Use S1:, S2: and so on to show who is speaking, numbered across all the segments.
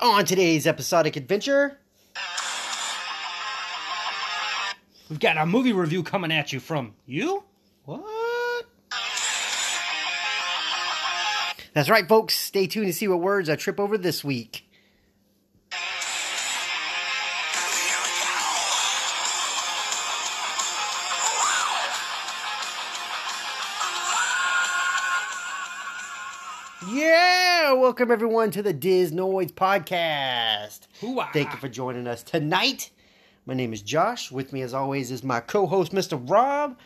S1: On today's episodic adventure,
S2: We've got a movie review coming at you from you?
S1: what? That's right, folks. Stay tuned to see what words I trip over this week. Yeah, welcome everyone to the Diz Noise podcast.
S2: Hoo-ah.
S1: Thank you for joining us tonight. My name is Josh. With me, as always, is my co-host, Mr. Rob.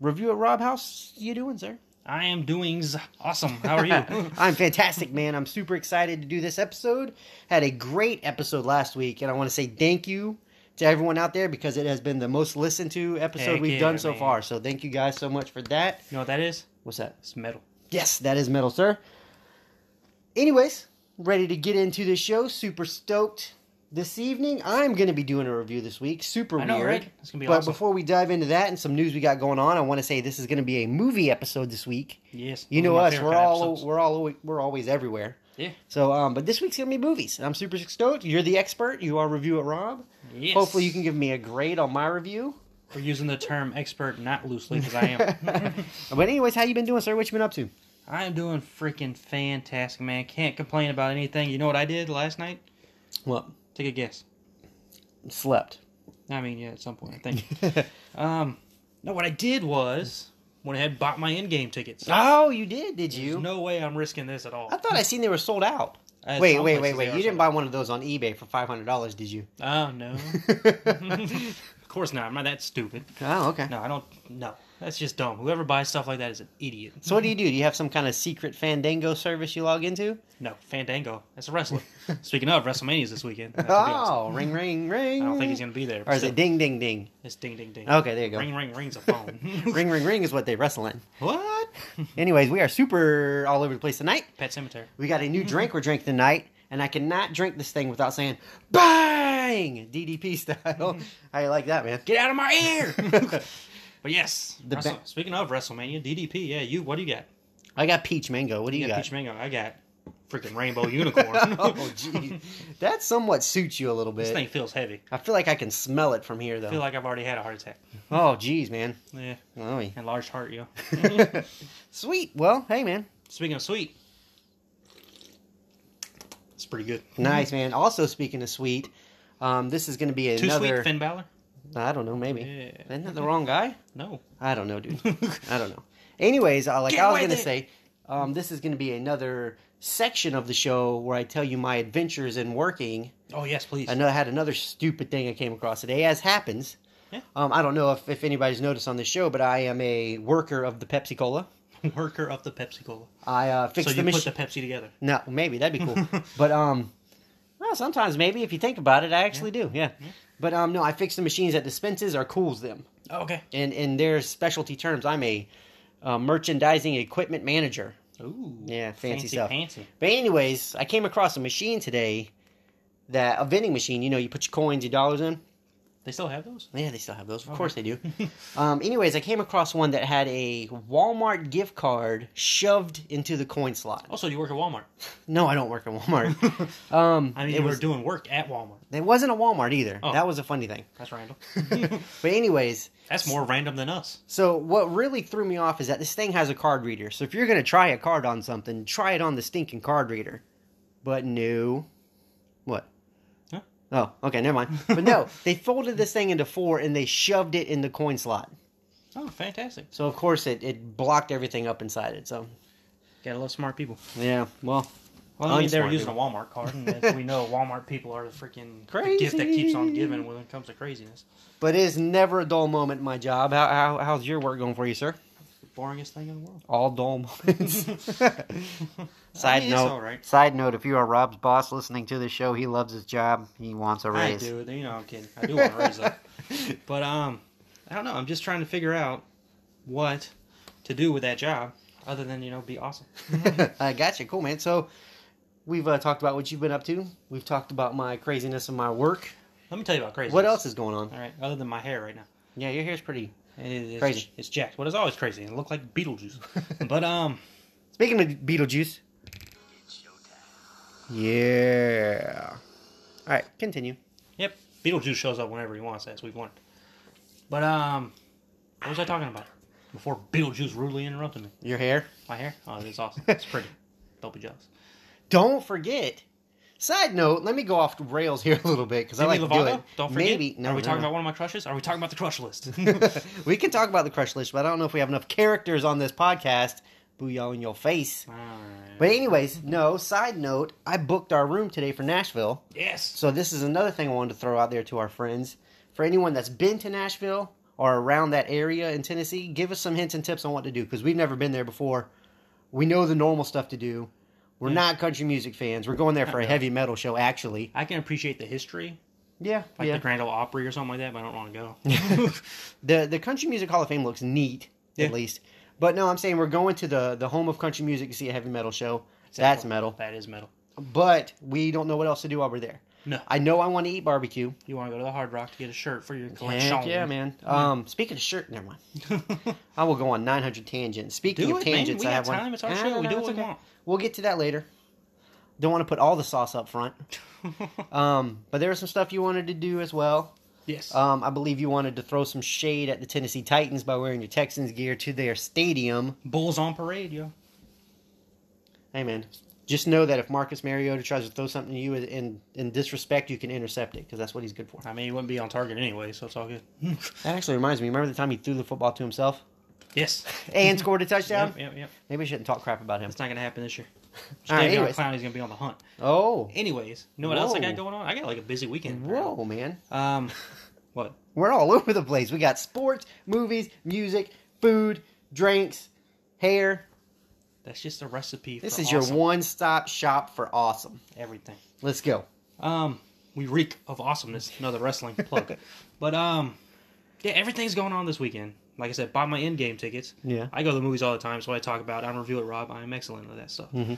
S1: Reviewer Rob, how's you doing, sir?
S2: I am doing z- awesome. How are you?
S1: I'm fantastic, man. I'm super excited to do this episode. Had a great episode last week, and I want to say thank you to everyone out there because it has been the most listened to episode
S2: Heck
S1: we've
S2: yeah,
S1: done so
S2: man.
S1: far. So thank you guys so much for that.
S2: You know what that is?
S1: What's that?
S2: It's metal.
S1: Yes, that is metal, sir. Anyways, ready to get into the show. Super stoked. This evening, I'm going to be doing a review this week. Super
S2: I know,
S1: weird.
S2: right? It's gonna be
S1: but
S2: awesome.
S1: before we dive into that and some news we got going on, I want to say this is going to be a movie episode this week.
S2: Yes.
S1: You
S2: one of
S1: know
S2: my
S1: us;
S2: favorite
S1: we're
S2: kind of
S1: all
S2: episodes.
S1: we're all we're always everywhere.
S2: yeah.
S1: So, um, but this week's gonna be movies, and I'm super stoked. You're the expert. You are review at Rob.
S2: Yes.
S1: Hopefully, you can give me a grade on my review.
S2: We're using the term expert not loosely because I am.
S1: But anyways, how you been doing, sir? What you been up to?
S2: I am doing freaking fantastic, man. Can't complain about anything. You know what I did last night?
S1: Well,
S2: Take a guess.
S1: slept.
S2: I mean, yeah, at some point, I think. um, no, what I did was went ahead and bought my in game tickets.
S1: oh, you did? Did you?
S2: There's no way I'm risking this at all.
S1: I thought I seen they were sold out.
S2: At
S1: wait,
S2: some
S1: wait,
S2: places
S1: wait,
S2: they
S1: wait!
S2: are
S1: You didn't
S2: sold
S1: buy one of those on eBay for five hundred dollars, did you?
S2: Oh no. of course not. I'm not that stupid.
S1: Oh, okay.
S2: No, I don't. No, that's just dumb. Whoever buys stuff like that is an idiot.
S1: So, what do you do? Do you have some kind of secret Fandango service you log into?
S2: No, Fandango. That's a wrestler. Speaking of WrestleMania's this weekend. That's
S1: Oh,
S2: gonna be awesome.
S1: ring, ring, ring!
S2: I don't think he's gonna be there.
S1: Oh. Or
S2: but
S1: is
S2: still,
S1: it ding, ding, ding?
S2: It's ding, ding, ding.
S1: Okay, there you go.
S2: Ring, ring, ring's a phone.
S1: ring, ring, ring is what they wrestle in.
S2: what?
S1: Anyways, we are super all over the place tonight.
S2: Pet Cemetery.
S1: We got a new
S2: Mm-hmm.
S1: drink we're drinking tonight, and I cannot drink this thing without saying "bang" DDP style.
S2: Mm-hmm.
S1: How you like that, man?
S2: Get out of my ear. but yes.
S1: The
S2: Wrestle-
S1: ba-
S2: Speaking of WrestleMania, DDP. Yeah, you. What do you got?
S1: I got peach mango. What do you
S2: You got
S1: got?
S2: Peach Mango. I got freaking Rainbow Unicorn.
S1: oh, geez, that somewhat suits you a little
S2: this
S1: bit.
S2: thing feels heavy.
S1: I feel like I can smell it from here, though.
S2: I feel like I've already had a heart attack.
S1: oh, geez, man.
S2: Yeah,
S1: Blimey.
S2: enlarged heart, yo.
S1: Sweet. Well, hey, man.
S2: Speaking of sweet, it's pretty good.
S1: Nice, man. Also, speaking of sweet, um, this is going to be
S2: Too
S1: another.
S2: sweet, Finn Balor?
S1: I don't know, maybe.
S2: Yeah.
S1: Isn't that the wrong guy?
S2: No.
S1: I don't know, dude. I don't know. Anyways, uh, like
S2: Get
S1: I was
S2: away
S1: gonna
S2: there.
S1: say, um, this is gonna be another section of the show where I tell you my adventures in working.
S2: Oh yes, please.
S1: I know I had another stupid thing I came across today, as happens.
S2: Yeah.
S1: Um, I don't know if, if anybody's noticed on this show, but I am a worker of the Pepsi Cola.
S2: Worker of the Pepsi Cola.
S1: I uh, fix
S2: So
S1: the
S2: you put
S1: machine.
S2: the Pepsi together.
S1: No, maybe that'd be cool. but um, well, sometimes maybe if you think about it, I actually do. Yeah. But um, no, I fix the machines that dispenses or cools them.
S2: Oh, okay.
S1: in in their specialty terms, I'm a uh, merchandising equipment manager.
S2: Ooh.
S1: Yeah, fancy stuff.
S2: Fancy.
S1: But anyways, I came across a machine today that a vending machine. You know, you put your coins, your dollars in.
S2: They still have those.
S1: Yeah, they still have those. Of course they do. um, anyways, I came across one that had a Walmart gift card shoved into the coin slot.
S2: Also, you work at Walmart.
S1: No, I don't work at Walmart. um,
S2: I mean,
S1: it
S2: you
S1: was
S2: were doing work at Walmart.
S1: it wasn't a Walmart either.
S2: Oh.
S1: That was a funny thing.
S2: That's random.
S1: But anyways,
S2: That's more random than us.
S1: So what really threw me off is that this thing has a card reader. So if you're gonna try a card on something, try it on the stinking card reader. But no, what?
S2: Huh?
S1: Oh, okay, never mind. But no, they folded this thing into four and they shoved it in the coin slot.
S2: Oh, fantastic.
S1: So of course it, it blocked everything up inside it. So
S2: Gotta love smart people.
S1: yeah, well,
S2: Well, I mean, they were
S1: Unsmart
S2: using a Walmart card, and as we know, Walmart people are the freaking the gift that keeps on giving when it comes to craziness.
S1: but it is never a dull moment in my job. How, how how's your work going for you, sir?
S2: Boringest thing in the world.
S1: all dull moments.
S2: I
S1: side
S2: mean, it's
S1: note,
S2: all right.
S1: side note: If you are Rob's boss listening to the show, he loves his job. He wants a
S2: I
S1: raise.
S2: do. You know, I'm kidding. I do want to raise up. But um, I don't know. I'm just trying to figure out what to do with that job, other than you know, be awesome.
S1: I got you. Cool, man. So we've uh, talked about what you've been up to. We've talked about my craziness and my work.
S2: Let me tell you about crazy.
S1: What else is going on?
S2: All right, other than my hair right now,
S1: Yeah, your hair's pretty.
S2: it is
S1: Crazy.
S2: It's jacked. What is always crazy? It looked like Beetlejuice. but um,
S1: Speaking of Beetlejuice, Yeah. All right, continue.
S2: Yep. Beetlejuice shows up whenever he wants, as we've learned. But um, what was I talking about? Before Beetlejuice rudely interrupted me.
S1: Your hair.
S2: My hair? Oh, it's awesome. It's pretty. Don't be jealous.
S1: Don't forget. Side note, let me go off rails here a little bit because I like
S2: Demi
S1: to do
S2: Lovato?
S1: it.
S2: Don't forget.
S1: Maybe no.
S2: Are we
S1: no,
S2: talking
S1: no.
S2: about one of my crushes? Are we talking about the crush list?
S1: we can talk about the crush list, but I don't know if we have enough characters on this podcast. Booyah in your face.
S2: Alright.
S1: But anyways, no. Side note, I booked our room today for Nashville.
S2: Yes.
S1: So this is another thing I wanted to throw out there to our friends. For anyone that's been to Nashville or around that area in Tennessee, give us some hints and tips on what to do because we've never been there before. We know the normal stuff to do. We're not country music fans. We're going there for a heavy metal show, actually.
S2: I can appreciate the history,
S1: Yeah,
S2: like
S1: yeah.
S2: the Grand Ole Opry or something like that, but I don't want to go.
S1: the the Country Music Hall of Fame looks neat,
S2: Yeah.
S1: at least. But no, I'm saying we're going to the the home of country music to see a heavy metal show. That's metal.
S2: that is metal.
S1: But we don't know what else to do while we're there.
S2: No.
S1: I know I want to eat barbecue.
S2: You want to go to the Hard Rock to get a shirt for your collection.
S1: Heck yeah, man.
S2: Mm.
S1: Um, speaking of shirt, never mind. I will go on 900 tangents. Speaking
S2: Do
S1: of
S2: it, man.
S1: tangents,
S2: We
S1: I
S2: got
S1: have one.
S2: time. It's our
S1: Ah,
S2: show.
S1: no,
S2: We
S1: no,
S2: do
S1: it's
S2: what we want.
S1: We'll get to that later. Don't want to put all the sauce up front. Um, but there was some stuff you wanted to do as well.
S2: yes.
S1: Um, I believe you wanted to throw some shade at the Tennessee Titans by wearing your Texans gear to their stadium.
S2: Bulls on parade, yo.
S1: Hey, man. Just know that if Marcus Mariota tries to throw something to you in, in, in disrespect, you can intercept it because that's what he's good for.
S2: I mean, he wouldn't be on target anyway, so it's all good.
S1: That actually reminds me. Remember the time he threw the football to himself
S2: yes.
S1: and scored a touchdown?
S2: Yep, yep, yep.
S1: Maybe I shouldn't talk crap about him.
S2: It's not going to happen this year.
S1: All right,
S2: David
S1: anyways.
S2: Clowney's going to be on the hunt.
S1: Oh,
S2: Anyways, you know what else I
S1: Whoa.
S2: got going on? I got like a busy weekend.
S1: whoa, man.
S2: Um, what?
S1: We're all over the place. We got sports, movies, music, food, drinks, hair.
S2: That's just a recipe.
S1: This
S2: for
S1: is
S2: awesome.
S1: your one stop shop for awesome.
S2: everything.
S1: Let's go.
S2: Um, we reek of awesomeness. Another wrestling plug, but um, yeah, everything's going on this weekend. Like I said, buy my end game tickets.
S1: Yeah.
S2: I go to the movies all the time, so I talk about. it. I'm review it, Rob. I'm excellent at that stuff.
S1: Mm-hmm.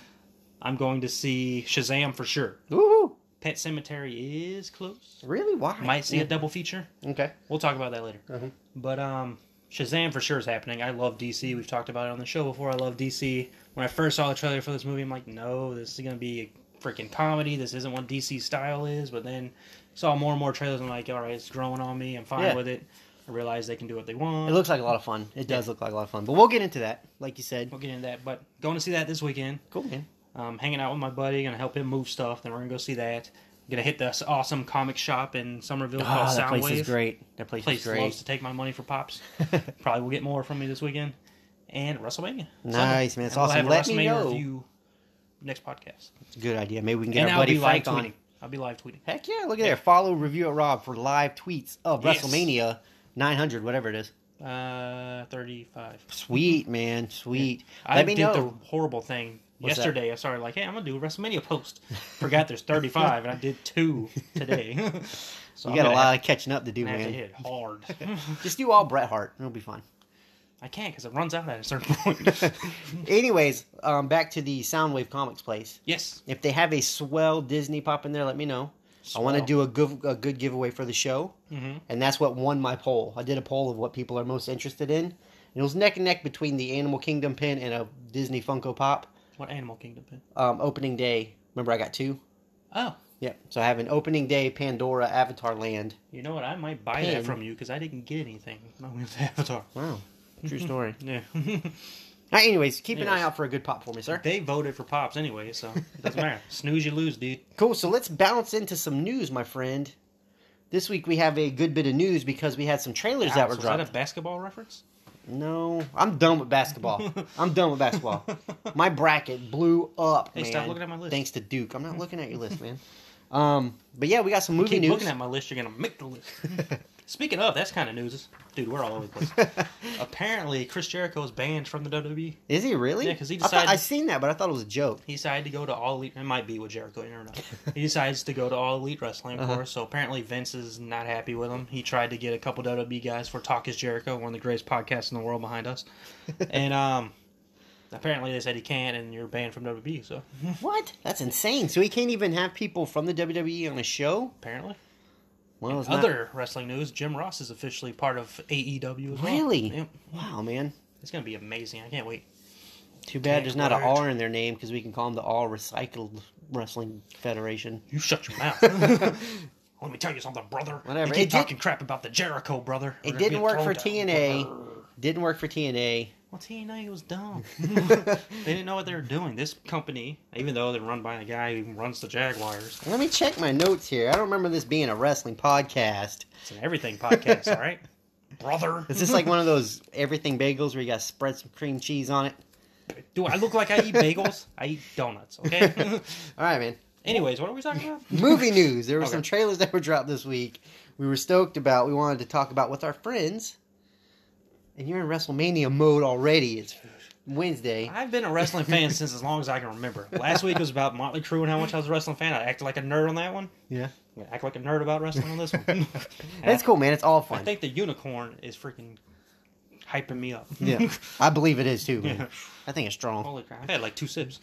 S2: I'm going to see Shazam for sure.
S1: Woohoo!
S2: Pet Cemetery is close.
S1: Really? Why?
S2: Might see a double feature.
S1: Okay.
S2: We'll talk about that later.
S1: Uh-huh.
S2: But um, Shazam for sure is happening. I love DC. We've talked about it on the show before. I love DC. When I first saw the trailer for this movie, I'm like, no, this is gonna be a freaking comedy. This isn't what DC style is. But then saw more and more trailers. and I'm like, all right, it's growing on me. I'm fine
S1: Yeah.
S2: with it. I realize they can do what they
S1: It
S2: want.
S1: looks like a lot of fun. It does look like a lot of fun. But we'll get into that, like you said.
S2: we'll get into that. But going to see that this weekend.
S1: Cool, man.
S2: Um, hanging out with my buddy. Gonna help him move stuff. Then we're gonna go see that. Gonna hit this awesome comic shop in Somerville called
S1: Oh, that
S2: Soundwave.
S1: place is great. That place,
S2: place
S1: is great.
S2: loves to take my money for pops. Probably will get more from me this weekend. And WrestleMania.
S1: Nice, man. It's
S2: And we'll
S1: awesome.
S2: have a
S1: Let me
S2: WrestleMania
S1: know.
S2: review next podcast.
S1: Good idea. Maybe we can get
S2: and
S1: our
S2: I'll
S1: buddy
S2: be
S1: Frank
S2: live tweeting.
S1: on.
S2: I'll be live tweeting.
S1: Heck yeah! Look at there. Follow review at Rob for live tweets of
S2: Yes.
S1: WrestleMania 900, whatever it is.
S2: Uh, 35.
S1: Sweet man, sweet.
S2: I
S1: Let me
S2: did
S1: know.
S2: the horrible thing
S1: What's that?
S2: yesterday. I started like, hey, I'm going to do a WrestleMania post. Forgot there's 35, and I did two today. so
S1: You
S2: I'm
S1: got a
S2: gonna
S1: lot
S2: have-
S1: of catching up to do,
S2: I'm gonna have to
S1: man.
S2: hit hard.
S1: Just do all Bret Hart. It'll be fine.
S2: I can't because it runs out at a certain point.
S1: Anyways, um, back to the Soundwave Comics place.
S2: yes.
S1: If they have a swell Disney pop in there, let me know. I want to
S2: Swell.
S1: do a good, a good giveaway for the show, mm-hmm. and that's what won my poll. I did a poll of what people are most interested in, and it was neck and neck between the Animal Kingdom pin and a Disney Funko Pop.
S2: What Animal Kingdom pin?
S1: Um, opening day, remember I got two.
S2: Oh,
S1: Yep. So I have an opening day Pandora Avatar Land.
S2: You know what? I might buy
S1: Pin.
S2: that from you because I didn't get anything with the Avatar.
S1: Wow, true story.
S2: Yeah.
S1: All right, anyways, keep an eye
S2: Anyways.
S1: out for a good pop for me, sir.
S2: they voted for Pops anyway, so it doesn't matter. Snooze, you lose, dude.
S1: Cool. So let's bounce into some news, my friend. This week we have a good bit of news because we had some trailers that
S2: Ouch,
S1: were
S2: was
S1: dropped.
S2: that a basketball reference?
S1: No, I'm done with basketball. I'm done with basketball. My bracket blew up.
S2: Hey,
S1: man,
S2: stop looking at my list.
S1: Thanks to Duke. I'm not looking at your list, man. Um, but yeah, we got some movie
S2: Keep
S1: news.
S2: looking at my list. You're gonna make the list. Speaking of, that's kind of news, dude. We're all over the place. Apparently, Chris Jericho is banned from the E. WWE.
S1: Is he really?
S2: Yeah, 'cause he
S1: I
S2: decided-
S1: thought, I seen that, but I thought it was a joke.
S2: He decided to go to All Elite. It might be with Jericho, you never know. He decides to go to All Elite Wrestling,
S1: Uh-huh.
S2: of course. So apparently, Vince is not happy with him. He tried to get a couple WWE guys for Talk Is Jericho, one of the greatest podcasts in the world behind us. and um, apparently, they said he can't, and you're banned from WWE. So
S1: What? That's insane. So he can't even have people from the WWE on a show.
S2: apparently,
S1: Well, it's not-
S2: other wrestling news: Jim Ross is officially part of AEW as well.
S1: Really?
S2: Yep.
S1: Wow, man.
S2: It's gonna be amazing. I can't wait.
S1: Too bad
S2: Can't
S1: there's not an
S2: word.
S1: R in their name because we can call them the All Recycled Wrestling Federation.
S2: You shut your mouth. Let me tell you something, brother.
S1: Whatever.
S2: You
S1: It
S2: keep
S1: did-
S2: talking crap about the Jericho, brother.
S1: It
S2: We're gonna be
S1: didn't
S2: a
S1: work for
S2: throwdown.
S1: TNA. Didn't work for TNA.
S2: Well, TNA was dumb. they didn't know what they were doing. This company, even though they're run by a guy who runs the Jaguars,
S1: Let me check my notes here. I don't remember this being a wrestling podcast.
S2: it's an everything podcast, all right? Brother.
S1: Is this like one of those everything bagels where you got to spread some cream cheese on it?
S2: Do I look like I eat bagels? I eat donuts, okay?
S1: All right, man.
S2: Anyways, what are we talking about?
S1: Movie news. There were
S2: Okay.
S1: some trailers that were dropped this week. We were stoked about. We wanted to talk about with our friends. And you're in WrestleMania mode already. It's Wednesday.
S2: I've been a wrestling fan since as long as I can remember. Last week was about Motley Crue and how much I was a wrestling fan. I acted like a nerd on that one.
S1: Yeah,
S2: I'm gonna act like a nerd about wrestling on this one.
S1: that's cool, man. It's all
S2: I
S1: fun.
S2: think the unicorn is freaking hyping me up.
S1: Yeah, I believe it is too. Man.
S2: Yeah.
S1: I think it's strong.
S2: Holy crap. I've had like two sips.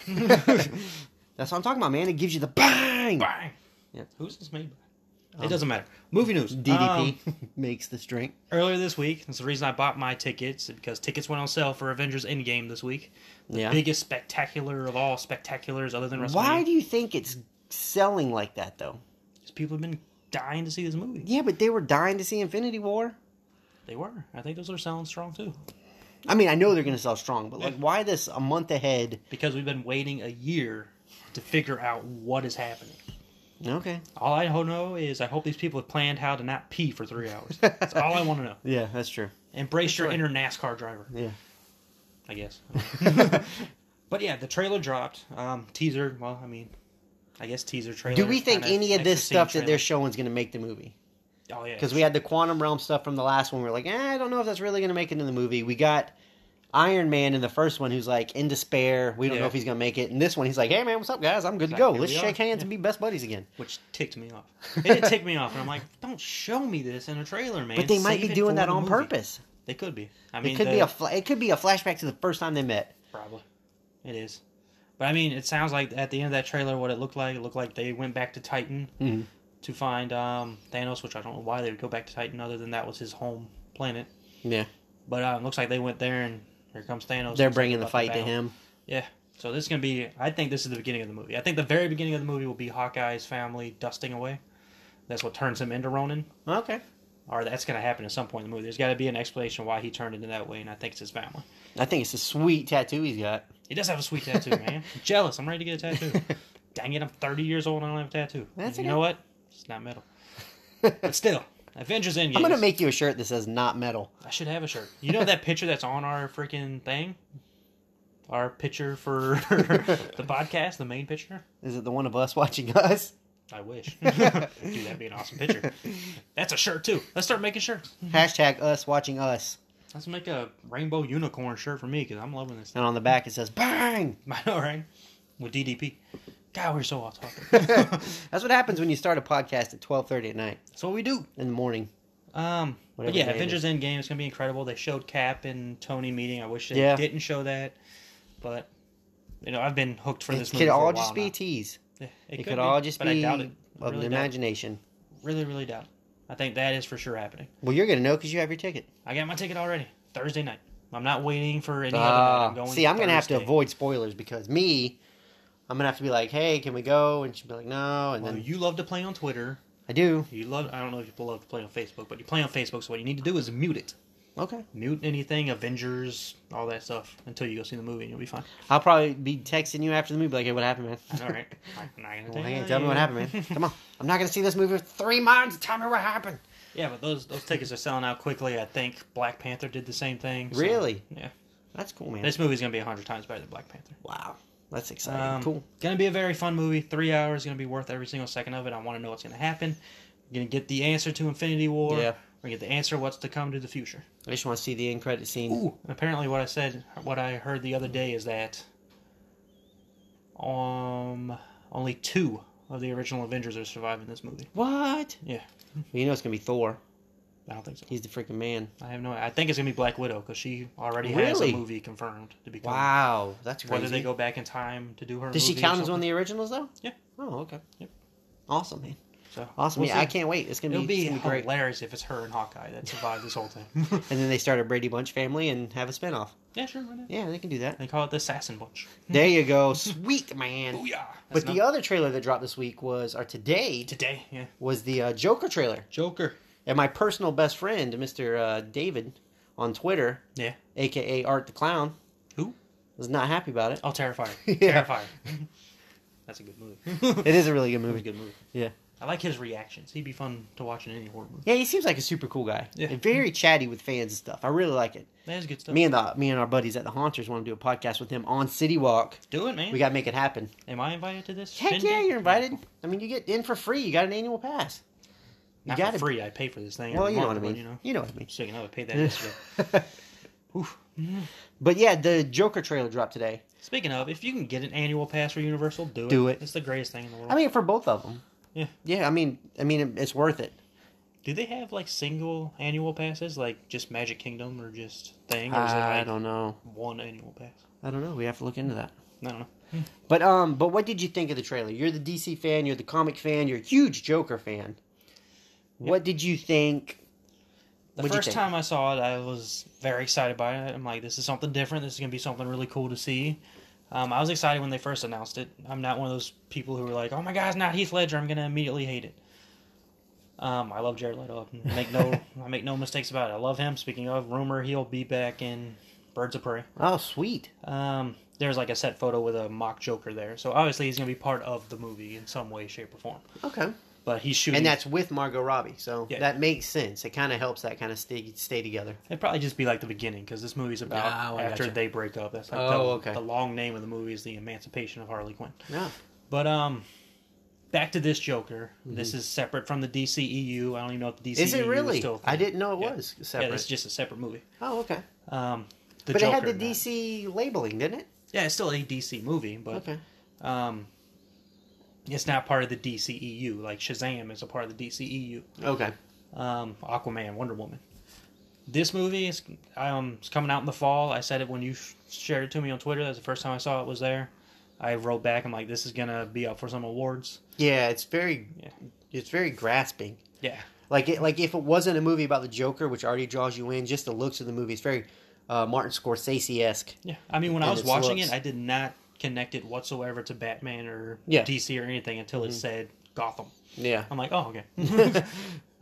S1: That's what I'm talking about, man. It gives you the bang.
S2: Bang.
S1: Yeah. Um,
S2: Who's this made by? It doesn't matter. Movie news. Um,
S1: DDP makes the drink.
S2: earlier this week, that's the reason I bought my tickets because tickets went on sale for Avengers Endgame this week.
S1: Yeah.
S2: Biggest spectacular of all spectaculars other than WrestleMania.
S1: Why do you think it's selling like that though?
S2: 'Cause people have been dying to see this movie.
S1: Yeah, but they were dying to see Infinity War.
S2: They were. I think those are selling strong too.
S1: I mean, I know they're going to sell strong, but like,
S2: Yeah.
S1: why this a month ahead?
S2: Because we've been waiting a year to figure out what is happening.
S1: Okay.
S2: All I ho- know is I hope these people have planned how to not pee for three hours. That's all I want to know.
S1: Yeah, that's true.
S2: Embrace your
S1: right.
S2: inner NASCAR driver,
S1: Yeah.
S2: I guess. but yeah, the trailer dropped. Um, teaser. Well, I mean, I guess teaser trailer.
S1: Do we think
S2: kinda
S1: any of this
S2: extra scene
S1: stuff that they're
S2: trailer.
S1: showing is going to make the movie?
S2: oh yeah,
S1: Because we had the Quantum Realm stuff from the last one. We are like, eh, I don't know if that's really going to make it in the movie. We got Iron Man in the first one, who's like in despair. We don't
S2: Yeah.
S1: know if he's going to make it. And this one, he's like, Hey man, what's up, guys? I'm good to
S2: Like,
S1: go.
S2: here
S1: Let's
S2: we
S1: shake
S2: are."
S1: hands
S2: Yeah.
S1: and be best buddies again.
S2: which ticked me off. It did tick me off, and I'm like, don't show me this in a trailer, man.
S1: But they might
S2: Save
S1: be
S2: it
S1: doing
S2: for
S1: that
S2: the
S1: on
S2: movie.
S1: purpose.
S2: They could be. I mean,
S1: it could
S2: the-
S1: be a fla- it could be a flashback to the first time they met.
S2: Probably. It is. But I mean, it sounds like at the end of that trailer, what it looked like, it looked like they went back to Titan
S1: Mhm.
S2: to find um, Thanos, which I don't know why they would go back to Titan other than that was his home planet.
S1: Yeah,
S2: But uh, it looks like they went there and here comes Thanos.
S1: they're
S2: Looks
S1: bringing
S2: like
S1: the
S2: about
S1: fight to
S2: battle.
S1: him.
S2: Yeah. So this is going to be, I think this is the beginning of the movie. I think the very beginning of the movie will be Hawkeye's family dusting away. That's what turns him into Ronin.
S1: Okay.
S2: Or that's going to happen at some point in the movie. There's got to be an explanation why he turned into that way, and I think it's his family.
S1: I think it's a sweet tattoo he's got.
S2: He does have a sweet tattoo, man. I'm jealous. I'm ready to get a tattoo. Dang it, I'm 30 years old and I don't have a tattoo.
S1: That's
S2: you
S1: okay.
S2: know what? It's not metal. But still, Avengers Endgame.
S1: I'm gonna make you a shirt that says "Not Metal."
S2: I should have a shirt. You know that picture that's on our freaking thing? Our picture for the podcast, the main picture?
S1: Is it the one of us watching us?
S2: I wish. Dude, that'd be an awesome picture. That's a shirt, too. Let's start making shirts.
S1: Hashtag us watching us,
S2: Let's make a rainbow unicorn shirt for me because I'm loving this.
S1: and on the back it says "Bang."
S2: I know, right? With DDP. God, we're so off topic.
S1: That's what happens when you start a podcast at 12:30 at night
S2: That's what we do.
S1: in the morning.
S2: Um, but
S1: Whatever
S2: yeah,
S1: day it
S2: Avengers Endgame is gonna be incredible. They showed Cap and Tony meeting. I wish they
S1: Yeah.
S2: didn't show that, but you know I've been hooked for this
S1: It
S2: movie.
S1: could
S2: for
S1: all
S2: a while
S1: just be
S2: now.
S1: tease.
S2: Yeah,
S1: It, could
S2: be,
S1: all just
S2: but I
S1: be
S2: doubt
S1: of
S2: it.
S1: the
S2: Really, doubt, it.
S1: imagination.
S2: really, really doubt. it. I think that is for sure happening.
S1: Well, you're gonna know because you have your ticket.
S2: I got my ticket already. Thursday night. I'm not waiting for any other. Night.
S1: Ah,
S2: I'm going
S1: see, I'm gonna have to
S2: Thursday.
S1: avoid spoilers because me, I'm gonna have to be like, "Hey, can we go?" And she'd be like, "No," and
S2: Well,
S1: then
S2: you love to play on Twitter.
S1: I do.
S2: You love. I don't know if you love to play on Facebook, but you play on Facebook. So what you need to do is mute it.
S1: Okay.
S2: Mute anything, Avengers, all that stuff, until you go see the movie, and you'll be fine.
S1: I'll probably be texting you after the movie, like, "Hey, what happened, man?"
S2: All right. I'm not gonna
S1: Well,
S2: take
S1: hey,
S2: it.
S1: tell me what happened, man. Come on. I'm not going to see this movie for three months. Tell me what happened.
S2: Yeah, but those those tickets are selling out quickly. I think Black Panther did the same thing. so-
S1: Really?
S2: Yeah.
S1: That's cool, man.
S2: This movie's gonna be hundred times better than Black Panther.
S1: wow. That's exciting.
S2: Um,
S1: cool.
S2: Gonna be a very fun movie. Three hours. Gonna be worth every single second of it. I want to know what's gonna happen. We're gonna get the answer to Infinity War.
S1: Yeah.
S2: We're gonna get the answer what's to come to the future.
S1: I just want to see the end credit scene.
S2: Ooh. And apparently, what I said, what I heard the other day is that, um, only two of the original Avengers are surviving this movie.
S1: What?
S2: Yeah.
S1: You know it's going to be Thor.
S2: I don't think so.
S1: He's the freaking man.
S2: I have no. I think it's gonna be Black Widow because she already has a
S1: Really?
S2: movie confirmed to be. coming.
S1: Wow. That's crazy.
S2: Whether they go back in time to do her.
S1: Does she
S2: movie or
S1: count as one of
S2: something.
S1: the originals, though?
S2: Yeah.
S1: Oh, okay.
S2: Yep.
S1: Awesome, man.
S2: So
S1: Awesome.
S2: we'll
S1: yeah,
S2: see.
S1: I can't wait. It's gonna
S2: It'll
S1: be,
S2: be,
S1: it's gonna be great.
S2: hilarious if it's her and Hawkeye that survived this whole thing.
S1: And then they start a Brady Bunch family and have a spinoff.
S2: yeah, sure. Why not?
S1: Yeah, they can do that.
S2: They call it the Assassin Bunch.
S1: There you go. Sweet man.
S2: Booyah!
S1: But
S2: That's
S1: the
S2: not-
S1: other trailer that dropped this week was, or today,
S2: today, yeah,
S1: was the uh, Joker trailer.
S2: Joker.
S1: And my personal best friend, Mr. Uh, David, on Twitter,
S2: Yeah.
S1: aka Art the Clown,
S2: Who?
S1: was not happy about it.
S2: Oh, Terrifier.
S1: Yeah.
S2: Terrifier. That's a good movie.
S1: It is a really good
S2: That's a
S1: movie.
S2: good movie.
S1: Yeah.
S2: I like his reactions. He'd be fun to watch in any horror movie.
S1: Yeah, he seems like a super cool guy.
S2: Yeah.
S1: And very chatty with fans and stuff. I really like it.
S2: That is good stuff.
S1: Me and the me and our buddies at the Haunters want to do a podcast with him on City Walk.
S2: Do it, man.
S1: We got to make it happen.
S2: Am I invited to this?
S1: Heck
S2: shindig?
S1: yeah, you're invited. I mean, you get in for free. You got an annual pass. You
S2: Not
S1: got
S2: for free. I pay for this thing.
S1: Well,
S2: every
S1: you know what I mean.
S2: month, but, You know.
S1: You know what I mean.
S2: So you know, I paid that yesterday. Oof.
S1: But yeah, the Joker trailer dropped today.
S2: Speaking of, if you can get an annual pass for Universal, do it.
S1: Do it.
S2: It's the greatest thing in the world.
S1: I mean, for both of them.
S2: Yeah.
S1: Yeah, I mean, I mean, it- it's worth it.
S2: do they have like single annual passes, like just Magic Kingdom or just thing, or is it
S1: I
S2: like
S1: don't know.
S2: one annual pass?
S1: I don't know. We have to look into that.
S2: I don't know.
S1: But um, but what did you think of the trailer? You're the DC fan. You're the comic fan. You're a huge Joker fan. What did you think?
S2: The
S1: What'd you
S2: first
S1: think?
S2: time I saw it, I was very excited by it. I'm like, this is something different. This is gonna be something really cool to see. Um, I was excited when they first announced it. I'm not one of those people who are like, oh my god, it's not Heath Ledger. I'm gonna immediately hate it. Um, I love Jared Leto. I Make no, I make no mistakes about it. I love him. Speaking of rumor, he'll be back in Birds of Prey.
S1: Oh, sweet.
S2: Um, there's like a set photo with a mock Joker there, so obviously he's gonna be part of the movie in some way, shape, or form.
S1: Okay.
S2: But he's shooting.
S1: And that's with Margot Robbie, so
S2: Yeah.
S1: that makes sense. It kind of helps that kind of stay stay together.
S2: It'd probably just be like the beginning because this movie's about
S1: Oh, I
S2: after
S1: gotcha.
S2: they break up. That's like
S1: Oh,
S2: the,
S1: okay.
S2: the long name of the movie is the Emancipation of Harley Quinn.
S1: Yeah.
S2: But um, back to this Joker. This is separate from the DCEU. I don't even know if the
S1: Mm-hmm.
S2: DCEU
S1: Is it really?
S2: still. a
S1: I
S2: thing.
S1: didn't know it
S2: Yeah.
S1: was
S2: Yeah,
S1: separate.
S2: it's just a separate movie.
S1: oh, okay.
S2: Um, the
S1: but
S2: Joker
S1: it had
S2: and
S1: the
S2: that.
S1: DC labeling, didn't it?
S2: Yeah, it's still a DC movie, but
S1: Okay.
S2: um, it's not part of the DCEU. Like Shazam is a part of the DCEU.
S1: Okay.
S2: um, Aquaman, Wonder Woman. This movie is um, it's coming out in the fall. I said it when you sh- shared it to me on Twitter. That's the first time I saw it was there. I wrote back. I'm like, this is gonna be up for some awards.
S1: Yeah, it's very,
S2: Yeah.
S1: it's very grasping.
S2: Yeah,
S1: Like it, like if it wasn't a movie about the Joker, which already draws you in, just the looks of the movie, it's very uh, Martin Scorsese esque.
S2: yeah. I mean, when I
S1: And
S2: was
S1: its
S2: watching
S1: looks.
S2: it, I did not connect it whatsoever to Batman or
S1: Yeah. Mm-hmm.
S2: DC or anything until it said Gotham.
S1: Yeah.
S2: I'm like, oh okay.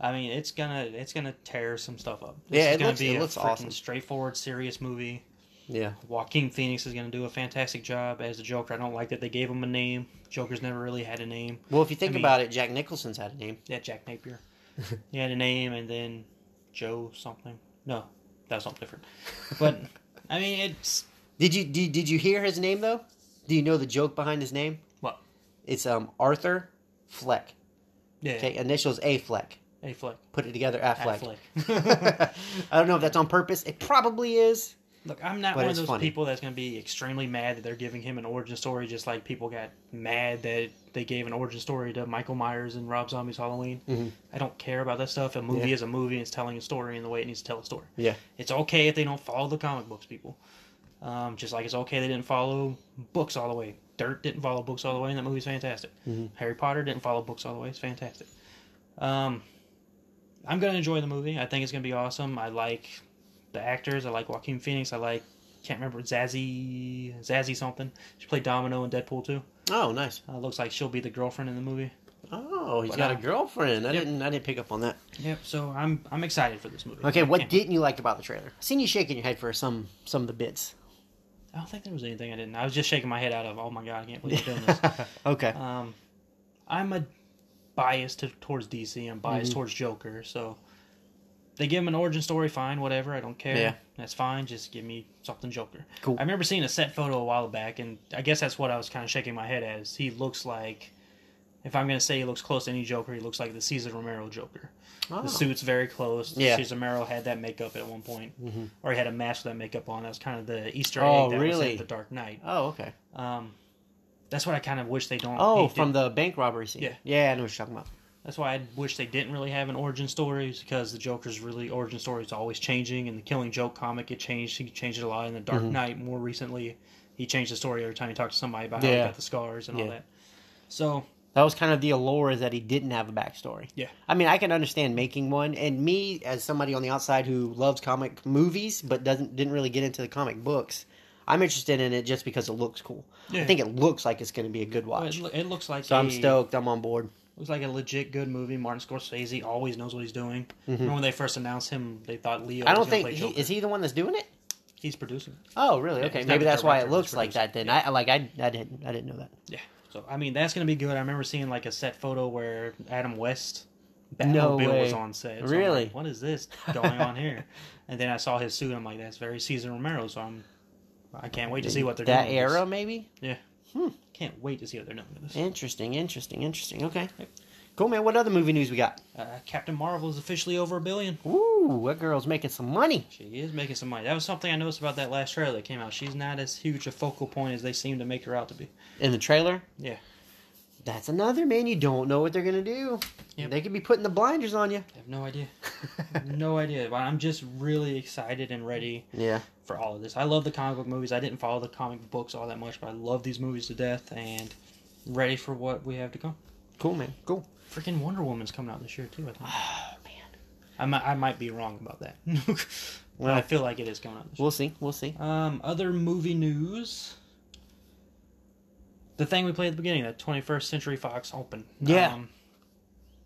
S2: I mean, it's gonna it's gonna tear some stuff up. This
S1: Yeah,
S2: is
S1: it
S2: gonna
S1: looks-
S2: be
S1: it
S2: a
S1: looks
S2: freaking
S1: awesome.
S2: straightforward, serious movie.
S1: Yeah.
S2: Joaquin Phoenix is going to do a fantastic job as the Joker. I don't like that they gave him a name. Joker's never really had a name.
S1: Well, if you think
S2: I mean-
S1: about it, Jack Nicholson's had a name.
S2: Yeah, Jack Napier. he had a name, and then Joe something. No, that's something different. But I mean, it's
S1: Did you did, did you hear his name though? Do you know the joke behind his name?
S2: What?
S1: It's um Arthur Fleck.
S2: yeah,
S1: Okay, initials A Fleck.
S2: a flick,
S1: Put it together,
S2: a
S1: Affleck.
S2: flick.
S1: I don't know if that's on purpose. It probably is.
S2: Look, I'm not
S1: But
S2: one of
S1: it's
S2: those
S1: funny.
S2: people that's going to be extremely mad that they're giving him an origin story, just like people got mad that they gave an origin story to Michael Myers and Rob Zombie's Halloween. I don't care about that stuff. A movie
S1: Mm-hmm. Yeah.
S2: is a movie, and it's telling a story in the way it needs to tell a story.
S1: Yeah.
S2: It's okay if they don't follow the comic books, people. Um, just like it's okay they didn't follow books all the way. Dirt didn't follow books all the way, and that movie's fantastic.
S1: Mm-hmm.
S2: Harry Potter didn't follow books all the way. It's fantastic. Um, I'm gonna enjoy the movie. I think it's gonna be awesome. I like the actors. I like Joaquin Phoenix. I like can't remember Zazie Zazie something. She played Domino in Deadpool too.
S1: Oh, nice.
S2: Uh, looks like she'll be the girlfriend in the movie.
S1: Oh, he's
S2: But,
S1: got a
S2: uh,
S1: girlfriend. I
S2: yep.
S1: didn't I didn't pick up on that.
S2: Yep. So I'm I'm excited for this movie.
S1: Okay, what
S2: Yeah.
S1: didn't you like about the trailer? I seen you shaking your head for some some of the bits.
S2: I don't think there was anything I didn't. I was just shaking my head out of. Oh my god, I can't believe you're doing this.
S1: okay.
S2: Um, I'm a biased to, towards DC. I'm
S1: Mm-hmm.
S2: biased towards Joker. So they give him an origin story, fine, whatever. I don't care.
S1: Yeah.
S2: That's fine. Just give me something Joker.
S1: Cool.
S2: I remember seeing a set photo a while back, and I guess that's what I was kind of shaking my head as. He looks like, if I'm gonna say he looks close to any Joker, he looks like the Caesar Romero Joker.
S1: Oh.
S2: The suit's very close.
S1: Yeah. Mm-hmm.
S2: Caesar Romero had that makeup at one point, or he had a mask with that makeup on. That was kind of the Easter egg
S1: Oh,
S2: that was
S1: really?
S2: in The Dark Knight.
S1: Oh, okay.
S2: Um, that's what I kind of wish they don't.
S1: Oh,
S2: he
S1: from
S2: did-
S1: the bank robbery scene.
S2: Yeah.
S1: Yeah, I know what you're talking about.
S2: That's why I wish they didn't really have an origin story, is because the Joker's really origin story is always changing. In the Killing Joke comic, it changed. He changed it a lot. In the Dark
S1: Mm-hmm.
S2: Knight, more recently, he changed the story every time he talked to somebody about how
S1: Yeah.
S2: he got the scars and
S1: Yeah.
S2: all that. So
S1: That was kind of the allure is that he didn't have a backstory.
S2: Yeah.
S1: I mean, I can understand making one, and me as somebody on the outside who loves comic movies but doesn't didn't really get into the comic books, I'm interested in it just because it looks cool. I
S2: Yeah.
S1: think it looks like it's going to be a good
S2: Well, It,
S1: watch,
S2: lo- it looks like
S1: so I'm
S2: a-
S1: stoked. I'm on board.
S2: looks like a legit good movie. Martin Scorsese always knows what he's doing. Remember when they first announced him, they thought Leo.
S1: Mm-hmm. I don't
S2: was gonna
S1: think
S2: play
S1: he,
S2: Joker.
S1: is he the one that's doing it.
S2: he's producing. it.
S1: Oh, really? Okay,
S2: he's not
S1: maybe
S2: the
S1: that's why it
S2: director, he's
S1: looks like that. Then I like I I didn't I didn't know that.
S2: Yeah. So I mean, that's gonna be good. I remember seeing like a set photo where Adam West Batmobile
S1: No way.
S2: was on set. So I'm
S1: Really?
S2: like, what is this going on here? And then I saw his suit. I'm like, that's very Caesar Romero. So I'm. I can't wait to see what they're
S1: that
S2: doing. with
S1: era
S2: this.
S1: maybe.
S2: Can't wait to see what they're doing with this.
S1: Interesting, interesting, interesting. Okay, cool man. What other movie news we got?
S2: Uh, Captain Marvel is officially over a billion.
S1: Ooh, that girl's making some money.
S2: She is making some money. That was something I noticed about that last trailer that came out. She's not as huge a focal point as they seem to make her out to be.
S1: In the trailer,
S2: Yeah.
S1: that's another man. You don't know what they're gonna do.
S2: Yep.
S1: They could be putting the blinders on you.
S2: I have no idea. no idea. But I'm just really excited and ready
S1: yeah,
S2: for all of this. I love the comic book movies. I didn't follow the comic books all that much, but I love these movies to death and ready for what we have to come.
S1: cool man, cool.
S2: Freaking Wonder Woman's coming out this year too. I think.
S1: Oh man,
S2: I might, I might be wrong about that. well,
S1: Well-
S2: I feel like it is coming out. This year.
S1: we'll see, we'll see.
S2: Um, other movie news. The thing we played at the beginning, the 21st Century Fox Open.
S1: Yeah.
S2: Um,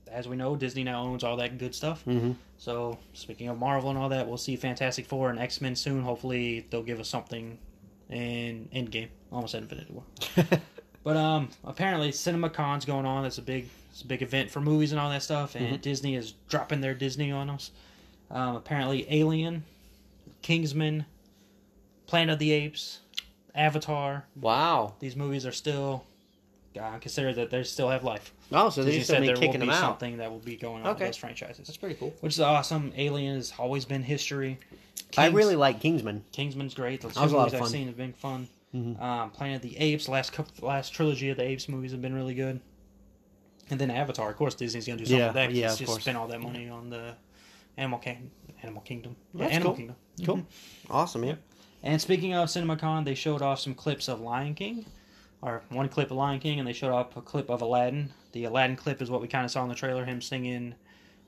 S2: as we know, Disney now owns all that good stuff.
S1: Mm-hmm.
S2: So, speaking of Marvel and all that, we'll see Fantastic Four and X Men soon. Hopefully, they'll give us something in Endgame. Almost said Infinity War. But um, apparently, CinemaCon's going on. It's a big, it's a big event for movies and all that stuff.
S1: Mm-hmm.
S2: And Disney is dropping their Disney on us. Um, apparently, Alien, Kingsman, Planet of the Apes, Avatar.
S1: wow.
S2: These movies are still. I consider that they still have life.
S1: Oh, so they're
S2: Disney
S1: just
S2: said
S1: gonna be
S2: there will
S1: kicking
S2: be
S1: them out.
S2: something that will be going on
S1: Okay.
S2: with those franchises,
S1: pretty cool.
S2: which is awesome. Alien has always been history.
S1: I
S2: Kings-
S1: really like Kingsman.
S2: Kingsman's great. Those
S1: That was
S2: two
S1: a lot
S2: movies
S1: of
S2: I've
S1: fun.
S2: seen have been fun.
S1: Mhm.
S2: Um, Planet of the Apes, last couple, last trilogy of the Apes movies have been really good. And then Avatar, of course, Disney's gonna do something
S1: Yeah,
S2: with that. 'cause
S1: yeah,
S2: it's
S1: of
S2: just
S1: course.
S2: spent all that money on the Animal King, Animal Kingdom, yeah,
S1: That's
S2: Animal
S1: cool.
S2: Kingdom. Mm-hmm.
S1: Cool, awesome man.
S2: And speaking of CinemaCon, they showed off some clips of Lion King, or one clip of Lion King, and they showed off a clip of Aladdin. The Aladdin clip is what we kind of saw in the trailer, him singing,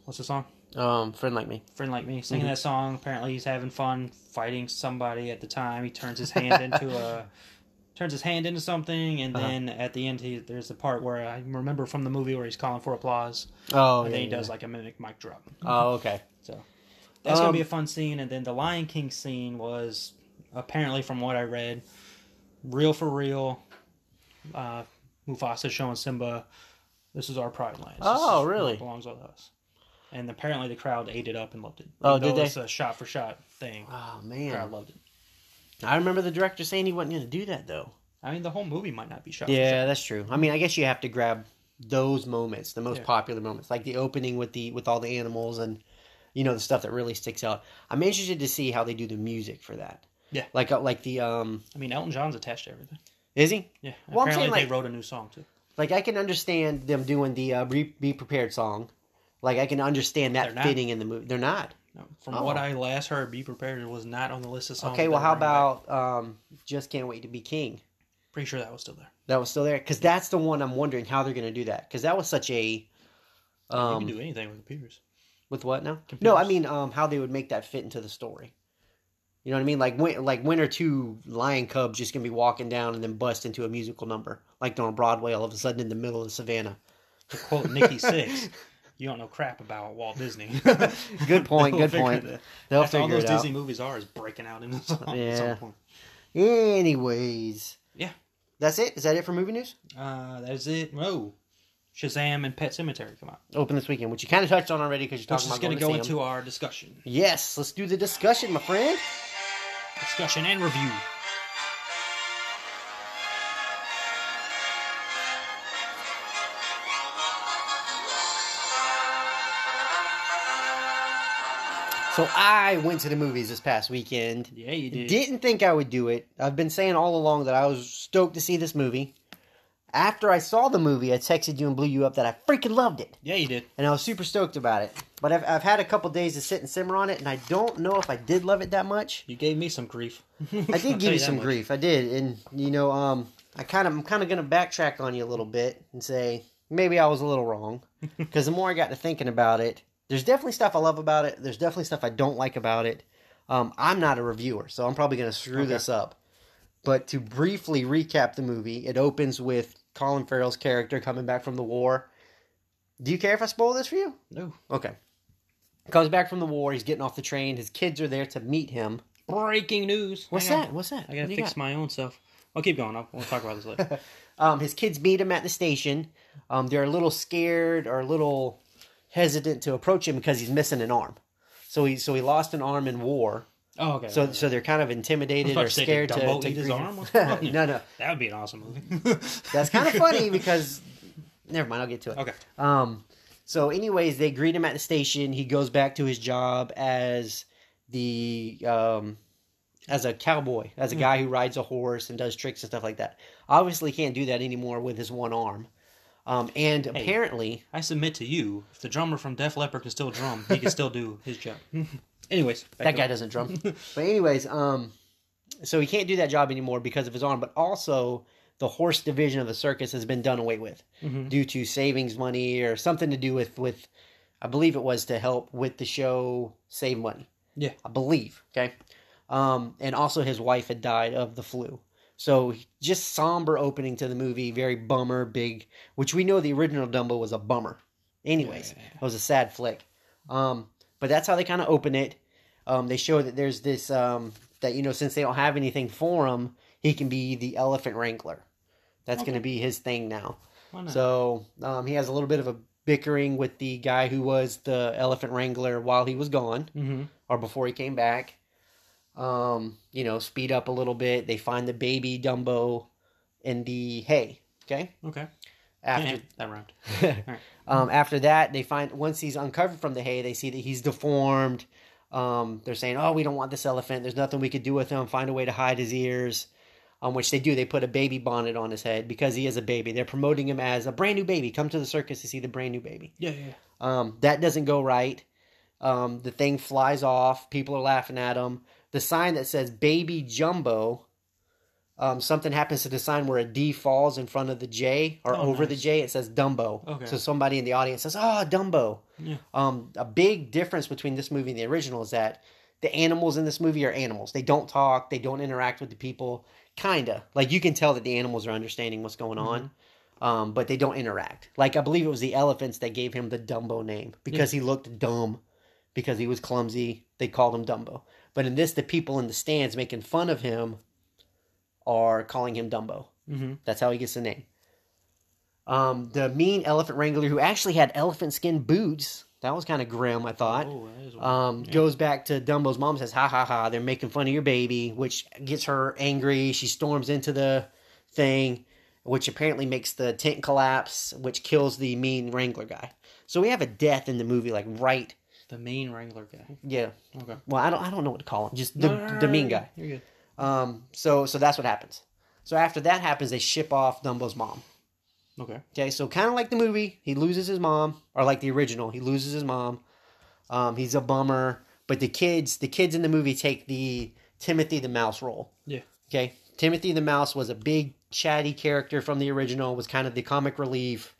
S2: what's the song?
S1: Um, friend like me.
S2: friend like me singing
S1: Mm-hmm.
S2: that song. Apparently, he's having fun fighting somebody at the time. He turns his hand into a turns his hand into something, and
S1: Uh-huh.
S2: then at the end, he, there's the part where I remember from the movie where he's calling for applause,
S1: Oh, yeah,
S2: and then he
S1: yeah,
S2: does
S1: yeah.
S2: like a mimic mic drop.
S1: Oh, okay.
S2: So that's gonna be
S1: Um,
S2: a fun scene. And then the Lion King scene was apparently, from what I read, real for real. Uh, Mufasa showing Simba, "This is our pride lion. This
S1: Oh,
S2: is-
S1: really?
S2: Belongs with us." And apparently, the crowd ate it up and loved it.
S1: Oh,
S2: Even
S1: did
S2: though
S1: they?
S2: It's a shot for shot thing.
S1: Oh
S2: The
S1: man,
S2: crowd loved it.
S1: I remember the director saying he wasn't going to do that though.
S2: I mean, the whole movie might not be shot. For shot.
S1: Yeah, that's true. I mean, I guess you have to grab those moments, the most
S2: Yeah.
S1: popular moments, like the opening with the with all the animals and you know the stuff that really sticks out. I'm interested to see how they do the music for that.
S2: Yeah.
S1: like uh, like the um,
S2: I mean, Elton John's attached to everything.
S1: is he?
S2: Yeah.
S1: Well, I'm
S2: apparently,
S1: saying,
S2: they
S1: like-
S2: wrote a new song too.
S1: Like I can understand them doing the uh, be, be prepared song. Like I can understand
S2: They're
S1: that
S2: not.
S1: fitting in the movie. They're not.
S2: No, From
S1: Oh.
S2: what I last heard, "Be Prepared" it was not on the list of songs.
S1: Okay,
S2: that
S1: well,
S2: were
S1: how
S2: bringing back.
S1: about um, just can't wait to be king?
S2: Pretty sure that was still there.
S1: That was still there because that's the one I'm wondering how they're going to do that because that was such a.
S2: You
S1: Um,
S2: can do anything with computers.
S1: With what now? No,
S2: Computers.
S1: I mean um, how they would make that fit into the story. You know what I mean? Like when, like when or two lion cubs just gonna be walking down and then bust into a musical number, like on Broadway, all of a sudden in the middle of the savannah.
S2: to quote Nikki Six, you don't know crap about Walt Disney.
S1: Good point.
S2: They'll
S1: good
S2: figure
S1: point.
S2: it out.
S1: They'll
S2: That's all
S1: figure
S2: those
S1: it out.
S2: Disney movies are is breaking out into song at
S1: Yeah.
S2: some point.
S1: Anyways,
S2: Yeah.
S1: that's it. Is that it for movie news?
S2: Uh, that's it. Whoa. Shazam and Pet Cemetery come out.
S1: Open this weekend, which you kind of touched on already because you're
S2: Which
S1: talking
S2: is
S1: about
S2: going to
S1: to
S2: go
S1: see 'em.
S2: into our discussion.
S1: Yes, let's do the discussion, my friend.
S2: Discussion and review.
S1: So I went to the movies this past weekend.
S2: Yeah, you did.
S1: Didn't think I would do it. I've been saying all along that I was stoked to see this movie. After I saw the movie, I texted you and blew you up that I freaking loved it.
S2: Yeah, you did.
S1: And I was super stoked about it. But I've, I've had a couple days to sit and simmer on it, and I don't know if I did love it that much.
S2: You gave me some grief.
S1: I did give you some grief. I did. And, you know, um, I kind of, I'm kind of going to backtrack on you a little bit and say, maybe I was a little wrong because the more I got to thinking about it, there's definitely stuff I love about it. There's definitely stuff I don't like about it. Um, I'm not a reviewer, so I'm probably going to screw
S2: Okay.
S1: this up. But to briefly recap the movie, it opens with Colin Farrell's character coming back from the war. Do you care if I spoil this for you?
S2: No.
S1: Okay. Comes back from the war. He's getting off the train. His kids are there to meet him.
S2: Breaking news.
S1: What's
S2: Hang on.
S1: that? What's that?
S2: I gotta
S1: What do you
S2: fix
S1: got?
S2: my own stuff. I'll keep going. I'll, we'll talk about this later.
S1: Um, his kids meet him at the station. Um, they're a little scared or a little hesitant to approach him because he's missing an arm. So he so he lost an arm in war.
S2: oh, okay.
S1: So so they're kind of intimidated
S2: I
S1: or
S2: was about to say,
S1: scared
S2: did
S1: to,
S2: Dumbo
S1: to
S2: eat his
S1: grieve.
S2: arm? What's going on?
S1: no, no,
S2: that would be an awesome movie.
S1: that's kind of funny because never mind. I'll get to it.
S2: okay.
S1: Um, so, anyways, they greet him at the station. He goes back to his job as the um, as a cowboy, as a guy who rides a horse and does tricks and stuff like that. Obviously, he can't do that anymore with his one arm. Um, and apparently,
S2: I submit to you, if the drummer from Def Leppard can still drum, he can still do his job. Anyways,
S1: that guy doesn't drum. but anyways, um, so he can't do that job anymore because of his arm. But also, the horse division of the circus has been done away with
S2: Mm-hmm.
S1: due to savings money or something to do with with, I believe it was to help with the show save money.
S2: Yeah.
S1: I believe. Okay, um, and also his wife had died of the flu. So just somber opening to the movie, very bummer, big. Which we know the original Dumbo was a bummer. Anyways,
S2: Yeah.
S1: it was a sad flick. Um, but that's how they kind of open it. Um, they show that there's this um, that you know since they don't have anything for him, he can be the elephant wrangler. That's going to be his thing now.
S2: Why not?
S1: So um, he has a little bit of a bickering with the guy who was the elephant wrangler while he was gone
S2: Mhm.
S1: or before he came back. Um, you know, speed up a little bit. They find the baby Dumbo in the hay. Okay,
S2: Okay.
S1: after
S2: Yeah, that round.
S1: um, after that, they find once he's uncovered from the hay, they see that he's deformed. Um, they're saying, "Oh, we don't want this elephant. There's nothing we could do with him. Find a way to hide his ears." Um, which they do. They put a baby bonnet on his head because he is a baby. They're promoting him as a brand new baby. Come to the circus to see the brand new baby.
S2: Yeah, yeah.
S1: Um, that doesn't go right. Um, the thing flies off. People are laughing at him. The sign that says "Baby Jumbo." Um, something happens to the sign where a D falls in front of the J or
S2: Oh,
S1: over the
S2: nice.
S1: J. It says Dumbo.
S2: Okay.
S1: So somebody in the audience says, "Ah, Dumbo."
S2: Yeah.
S1: Um, a big difference between this movie and the original is that the animals in this movie are animals. They don't talk. They don't interact with the people. Kinda like you can tell that the animals are understanding what's going on um, but they don't interact. Like I believe it was the elephants that gave him the Dumbo name because he looked dumb, because he was clumsy. They called him Dumbo. But in this, the people in the stands making fun of him are calling him Dumbo.
S2: Mm-hmm.
S1: That's how he gets the name. Um, the mean elephant wrangler who actually had elephant skin boots. That was kind of grim, I thought
S2: Oh, that is
S1: um, goes back to Dumbo's mom says, ha ha ha, they're making fun of your baby, which gets her angry. She storms into the thing, which apparently makes the tent collapse, which kills the mean Wrangler guy. So we have a death in the movie, like right,
S2: the main Wrangler guy.
S1: yeah.
S2: Okay.
S1: Well, I don't, I don't know what to call him, just the, the mean guy.
S2: You're good.
S1: Um, so, so that's what happens. So after that happens, they ship off Dumbo's mom.
S2: Okay.
S1: Okay, so kind of like the movie, he loses his mom, or like the original, he loses his mom. Um, he's a bummer, but the kids, the kids in the movie take the Timothy the Mouse role.
S2: Yeah.
S1: Okay, Timothy the Mouse was a big chatty character from the original, was kind of the comic relief,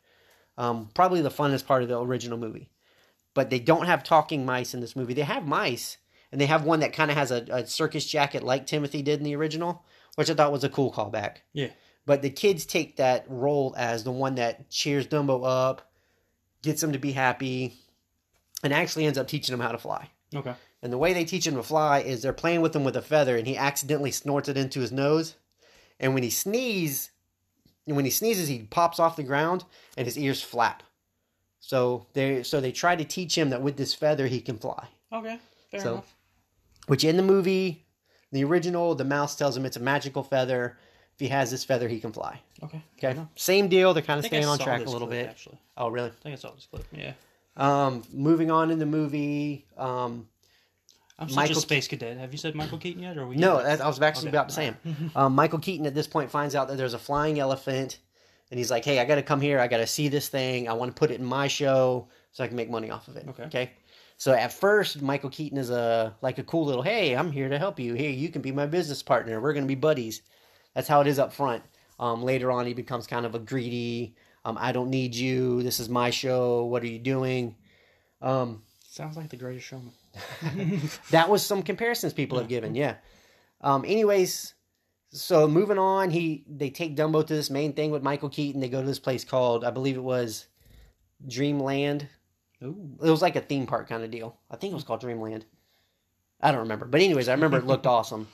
S1: um, probably the funnest part of the original movie. But they don't have talking mice in this movie. They have mice, and they have one that kind of has a, a circus jacket like Timothy did in the original, which I thought was a cool callback.
S2: Yeah.
S1: But the kids take that role as the one that cheers Dumbo up, gets him to be happy, and actually ends up teaching him how to fly.
S2: Okay.
S1: And the way they teach him to fly is they're playing with him with a feather, and he accidentally snorts it into his nose. And when he sneezes, when he sneezes, he pops off the ground, and his ears flap. So they so they try to teach him that with this feather he can fly.
S2: Okay. Fair
S1: So-
S2: enough.
S1: Which in the movie, the original, the mouse tells him it's a magical feather. If he has this feather, he can fly.
S2: Okay. Fair
S1: Okay,
S2: enough.
S1: same deal. They're kind
S2: I
S1: of
S2: think I
S1: staying on
S2: saw
S1: track a
S2: this
S1: little
S2: clip,
S1: bit.
S2: Actually,
S1: Oh, really?
S2: I think I saw this clip. Yeah.
S1: Um, moving on in the movie. Um,
S2: I'm such
S1: Michael
S2: a space cadet. Have you said Michael Keaton yet? Or are we
S1: No, that, I was actually
S2: Okay.
S1: about to say him. um, Michael Keaton at this point finds out that there's a flying elephant, and he's like, "Hey, I got to come here. I got to see this thing. I want to put it in my show so I can make money off of it."
S2: Okay.
S1: Okay. So at first, Michael Keaton is a like a cool little, "Hey, I'm here to help you. Here, you can be my business partner. We're gonna be buddies." That's how it is up front. Um, later on, he becomes kind of a greedy. Um, I don't need you. This is my show. What are you doing? Um,
S2: Sounds like the greatest showman.
S1: that was some comparisons people have given yeah um anyways so moving on he they take dumbo to this main thing with michael keaton they go to this place called i believe it was dreamland
S2: Ooh.
S1: it was like a theme park kind of deal i think it was called dreamland i don't remember but anyways i remember it looked awesome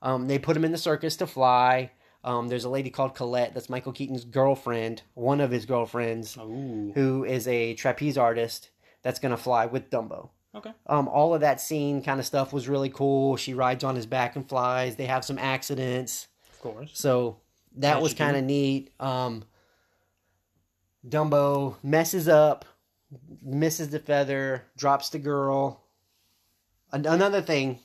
S1: um they put him in the circus to fly um there's a lady called colette that's michael keaton's girlfriend one of his girlfriends
S2: Ooh.
S1: who is a trapeze artist that's going to fly with dumbo
S2: Okay.
S1: um, all of that scene kind of stuff was really cool. She rides on his back and flies. They have some accidents,
S2: Of course.
S1: so that
S2: As
S1: was
S2: you do.
S1: kind of neat. Um, Dumbo messes up, misses the feather, drops the girl. An- another thing,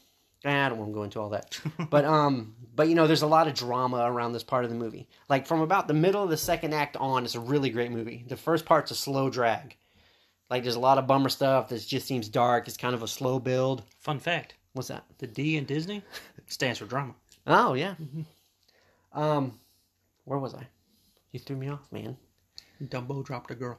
S1: I don't want to go into all that, but um, but you know, there's a lot of drama around this part of the movie. Like from about the middle of the second act on, it's a really great movie. The first part's a slow drag. Like there's a lot of bummer stuff that just seems dark. It's kind of a slow build.
S2: Fun fact:
S1: What's that?
S2: the D in Disney stands for drama.
S1: Oh yeah. Um, where was I? You threw me off, man.
S2: Dumbo dropped a girl.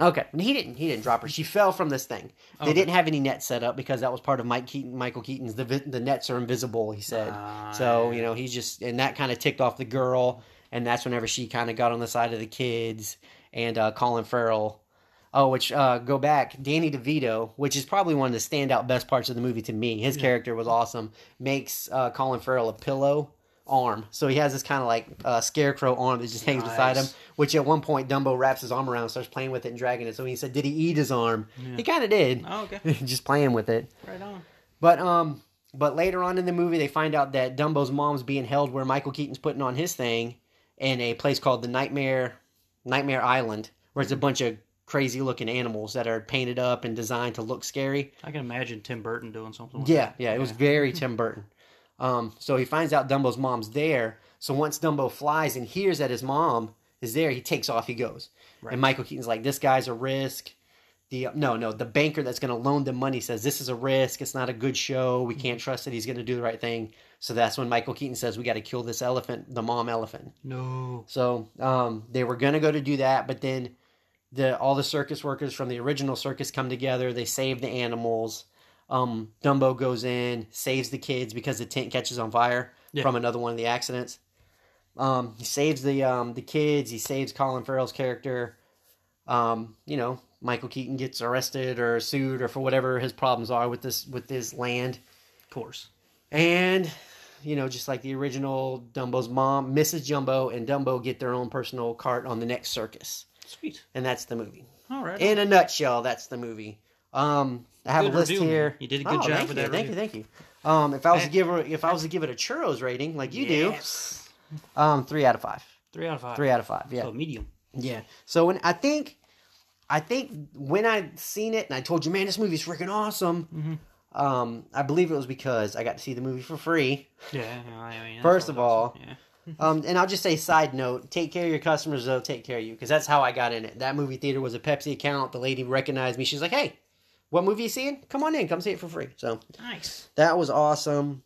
S1: Okay, he didn't. He didn't drop her. She fell from this thing. They
S2: Okay.
S1: didn't have any net set up because that was part of Mike Keaton, Michael Keaton's. The vi- the nets are invisible. He said. so you know he's just and that kind of ticked off the girl, and that's whenever she kind of got on the side of the kids and uh, Colin Farrell. Oh, which uh, go back, Danny DeVito, which is probably one of the standout best parts of the movie to me. His character was awesome. Makes uh, Colin Farrell a pillow arm, so he has this kind of like uh, scarecrow arm that just hangs beside him.
S2: Nice.
S1: Which at one point Dumbo wraps his arm around, and starts playing with it and dragging it. So he said, "Did he eat his arm?" He kind of did,
S2: Oh, okay.
S1: just playing with it.
S2: Right on.
S1: But um, but later on in the movie, they find out that Dumbo's mom's being held where Michael Keaton's putting on his thing in a place called the Nightmare Nightmare Island, where it's a bunch of crazy looking animals that are painted up and designed to look scary.
S2: I can imagine Tim Burton doing something. Like
S1: Yeah,
S2: that.
S1: yeah, it was very Tim Burton. Um, so he finds out Dumbo's mom's there. So once Dumbo flies and hears that his mom is there, he takes off. He goes,
S2: Right.
S1: and Michael Keaton's like, "This guy's a risk." The no, no, the banker that's going to loan them money says this is a risk. It's not a good show.
S2: Mm-hmm.
S1: We can't trust that he's going to do the right thing. So that's when Michael Keaton says, "We got to kill this elephant, the mom elephant."
S2: No.
S1: So um, they were gonna go to do that, but then the all the circus workers from the original circus come together. They save the animals. Um, Dumbo goes in, saves the kids because the tent catches on fire
S2: Yeah.
S1: from another one of the accidents. Um, he saves the um, the kids. He saves Colin Farrell's character. Um, you know, Michael Keaton gets arrested or sued or for whatever his problems are with this with his land.
S2: Of course.
S1: And, you know, just like the original, Dumbo's mom, Mrs. Jumbo, and Dumbo get their own personal cart on the next circus.
S2: Sweet.
S1: And that's the movie.
S2: All right.
S1: In a nutshell, that's the movie. Um, I have
S2: Good
S1: a list
S2: review, man.
S1: here. Oh,
S2: You did a good job
S1: thank
S2: with
S1: you,
S2: that
S1: Thank you,
S2: review.
S1: thank you. Um, if I was to
S2: Eh.
S1: give her, if I was to give it a churros rating like you
S2: Yes.
S1: do, um, three out of five.
S2: Three out of five.
S1: Three out of five. Yeah.
S2: So medium.
S1: Yeah. So when I think, I think when I seen it and I told you, man, this movie's freaking awesome.
S2: Mm-hmm.
S1: Um, I believe it was because I got to see the movie for free.
S2: Yeah. I mean, that's
S1: First of
S2: always awesome.
S1: Um, and I'll just say, side note: take care of your customers, they'll take care of you, because that's how I got in it. That movie theater was a Pepsi account. The lady recognized me. She's like, "Hey, what movie you seeing? Come on in, come see it for free." So
S2: yeah. Nice.
S1: that was awesome.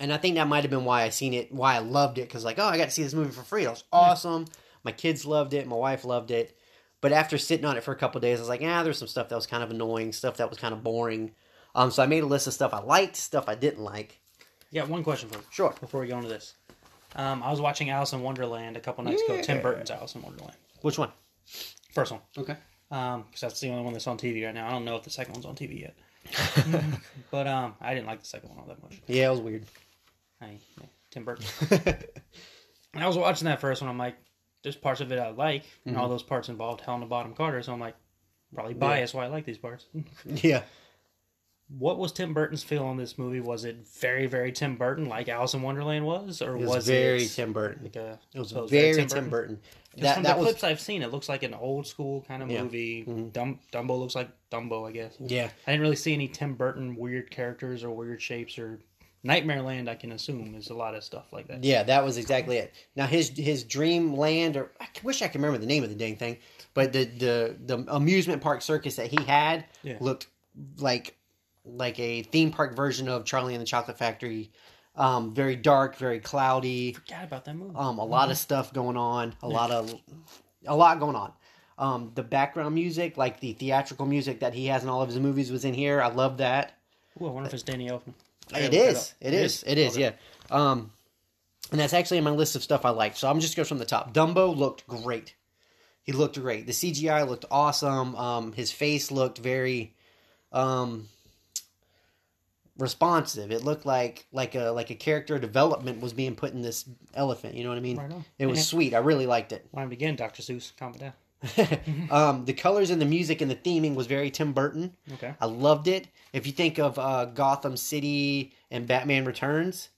S1: And I think that might have been why I seen it, why I loved it, because like, oh, I got to see this movie for free. That was awesome. My kids loved it. My wife loved it. But after sitting on it for a couple days, I was like, ah, there's some stuff that was kind of annoying, stuff that was kind of boring. Um, so I made a list of stuff I liked, stuff I didn't like.
S2: Yeah. One question for you
S1: Sure.
S2: before we go into this. Um, I was watching Alice in Wonderland a couple nights ago. Tim
S1: Yeah.
S2: Burton's Alice in Wonderland.
S1: Which one?
S2: First one.
S1: Okay.
S2: Um, 'cause that's the only one that's on TV right now. I don't know if the second one's on TV yet. but um, I didn't like the second one all that much.
S1: Yeah, it was weird.
S2: I, Tim Burton. And I was watching that first one. I'm like, there's parts of it I like, and
S1: Mm-hmm.
S2: all those parts involved Helena Bottom Carter. So I'm like, probably biased why I like these parts.
S1: yeah.
S2: what was Tim Burton's feel on this movie? Was it very, very Tim Burton, like Alice in Wonderland was, or
S1: It was,
S2: was
S1: very
S2: it
S1: Tim Burton.
S2: like a?
S1: It was,
S2: so it was
S1: very, Tim, Burton.
S2: 'Cause
S1: That
S2: from
S1: that
S2: the
S1: was
S2: clips I've seen, it looks like an old school kind of
S1: Yeah. Mm-hmm.
S2: movie. Dum- Dumbo looks like Dumbo, I guess.
S1: yeah.
S2: I didn't really see any Tim Burton weird characters or weird shapes or Nightmare Land. I can assume is a lot of stuff like that.
S1: Yeah, that was exactly it. Now his his dream land, or I wish I could remember the name of the dang thing, but the the the amusement park circus that he had
S2: Yeah.
S1: looked like like a theme park version of Charlie and the Chocolate Factory. Um, very dark, very cloudy.
S2: Forgot about that movie.
S1: Um, a lot of stuff going on. A lot of a lot going on. Um, the background music, like the theatrical music that he has in all of his movies, was in here. I love that.
S2: Ooh, I wonder if it's Danny Elfman. I
S1: It
S2: gotta look
S1: is.
S2: that up.
S1: It is. It is.
S2: Okay.
S1: Yeah. Um, and that's actually in my list of stuff I like. So I'm just going from the top. Dumbo looked great. He looked great. The CGI looked awesome. Um, his face looked very um, responsive. It looked like like a like a character development was being put in this elephant. You know what I mean?
S2: Right on.
S1: It was
S2: Yeah.
S1: sweet. I really liked it.
S2: Rhymed again, Dr. Seuss. Calm it down.
S1: um, the colors and the music and the theming was very Tim Burton.
S2: Okay.
S1: I loved it. If you think of uh, Gotham City and Batman Returns,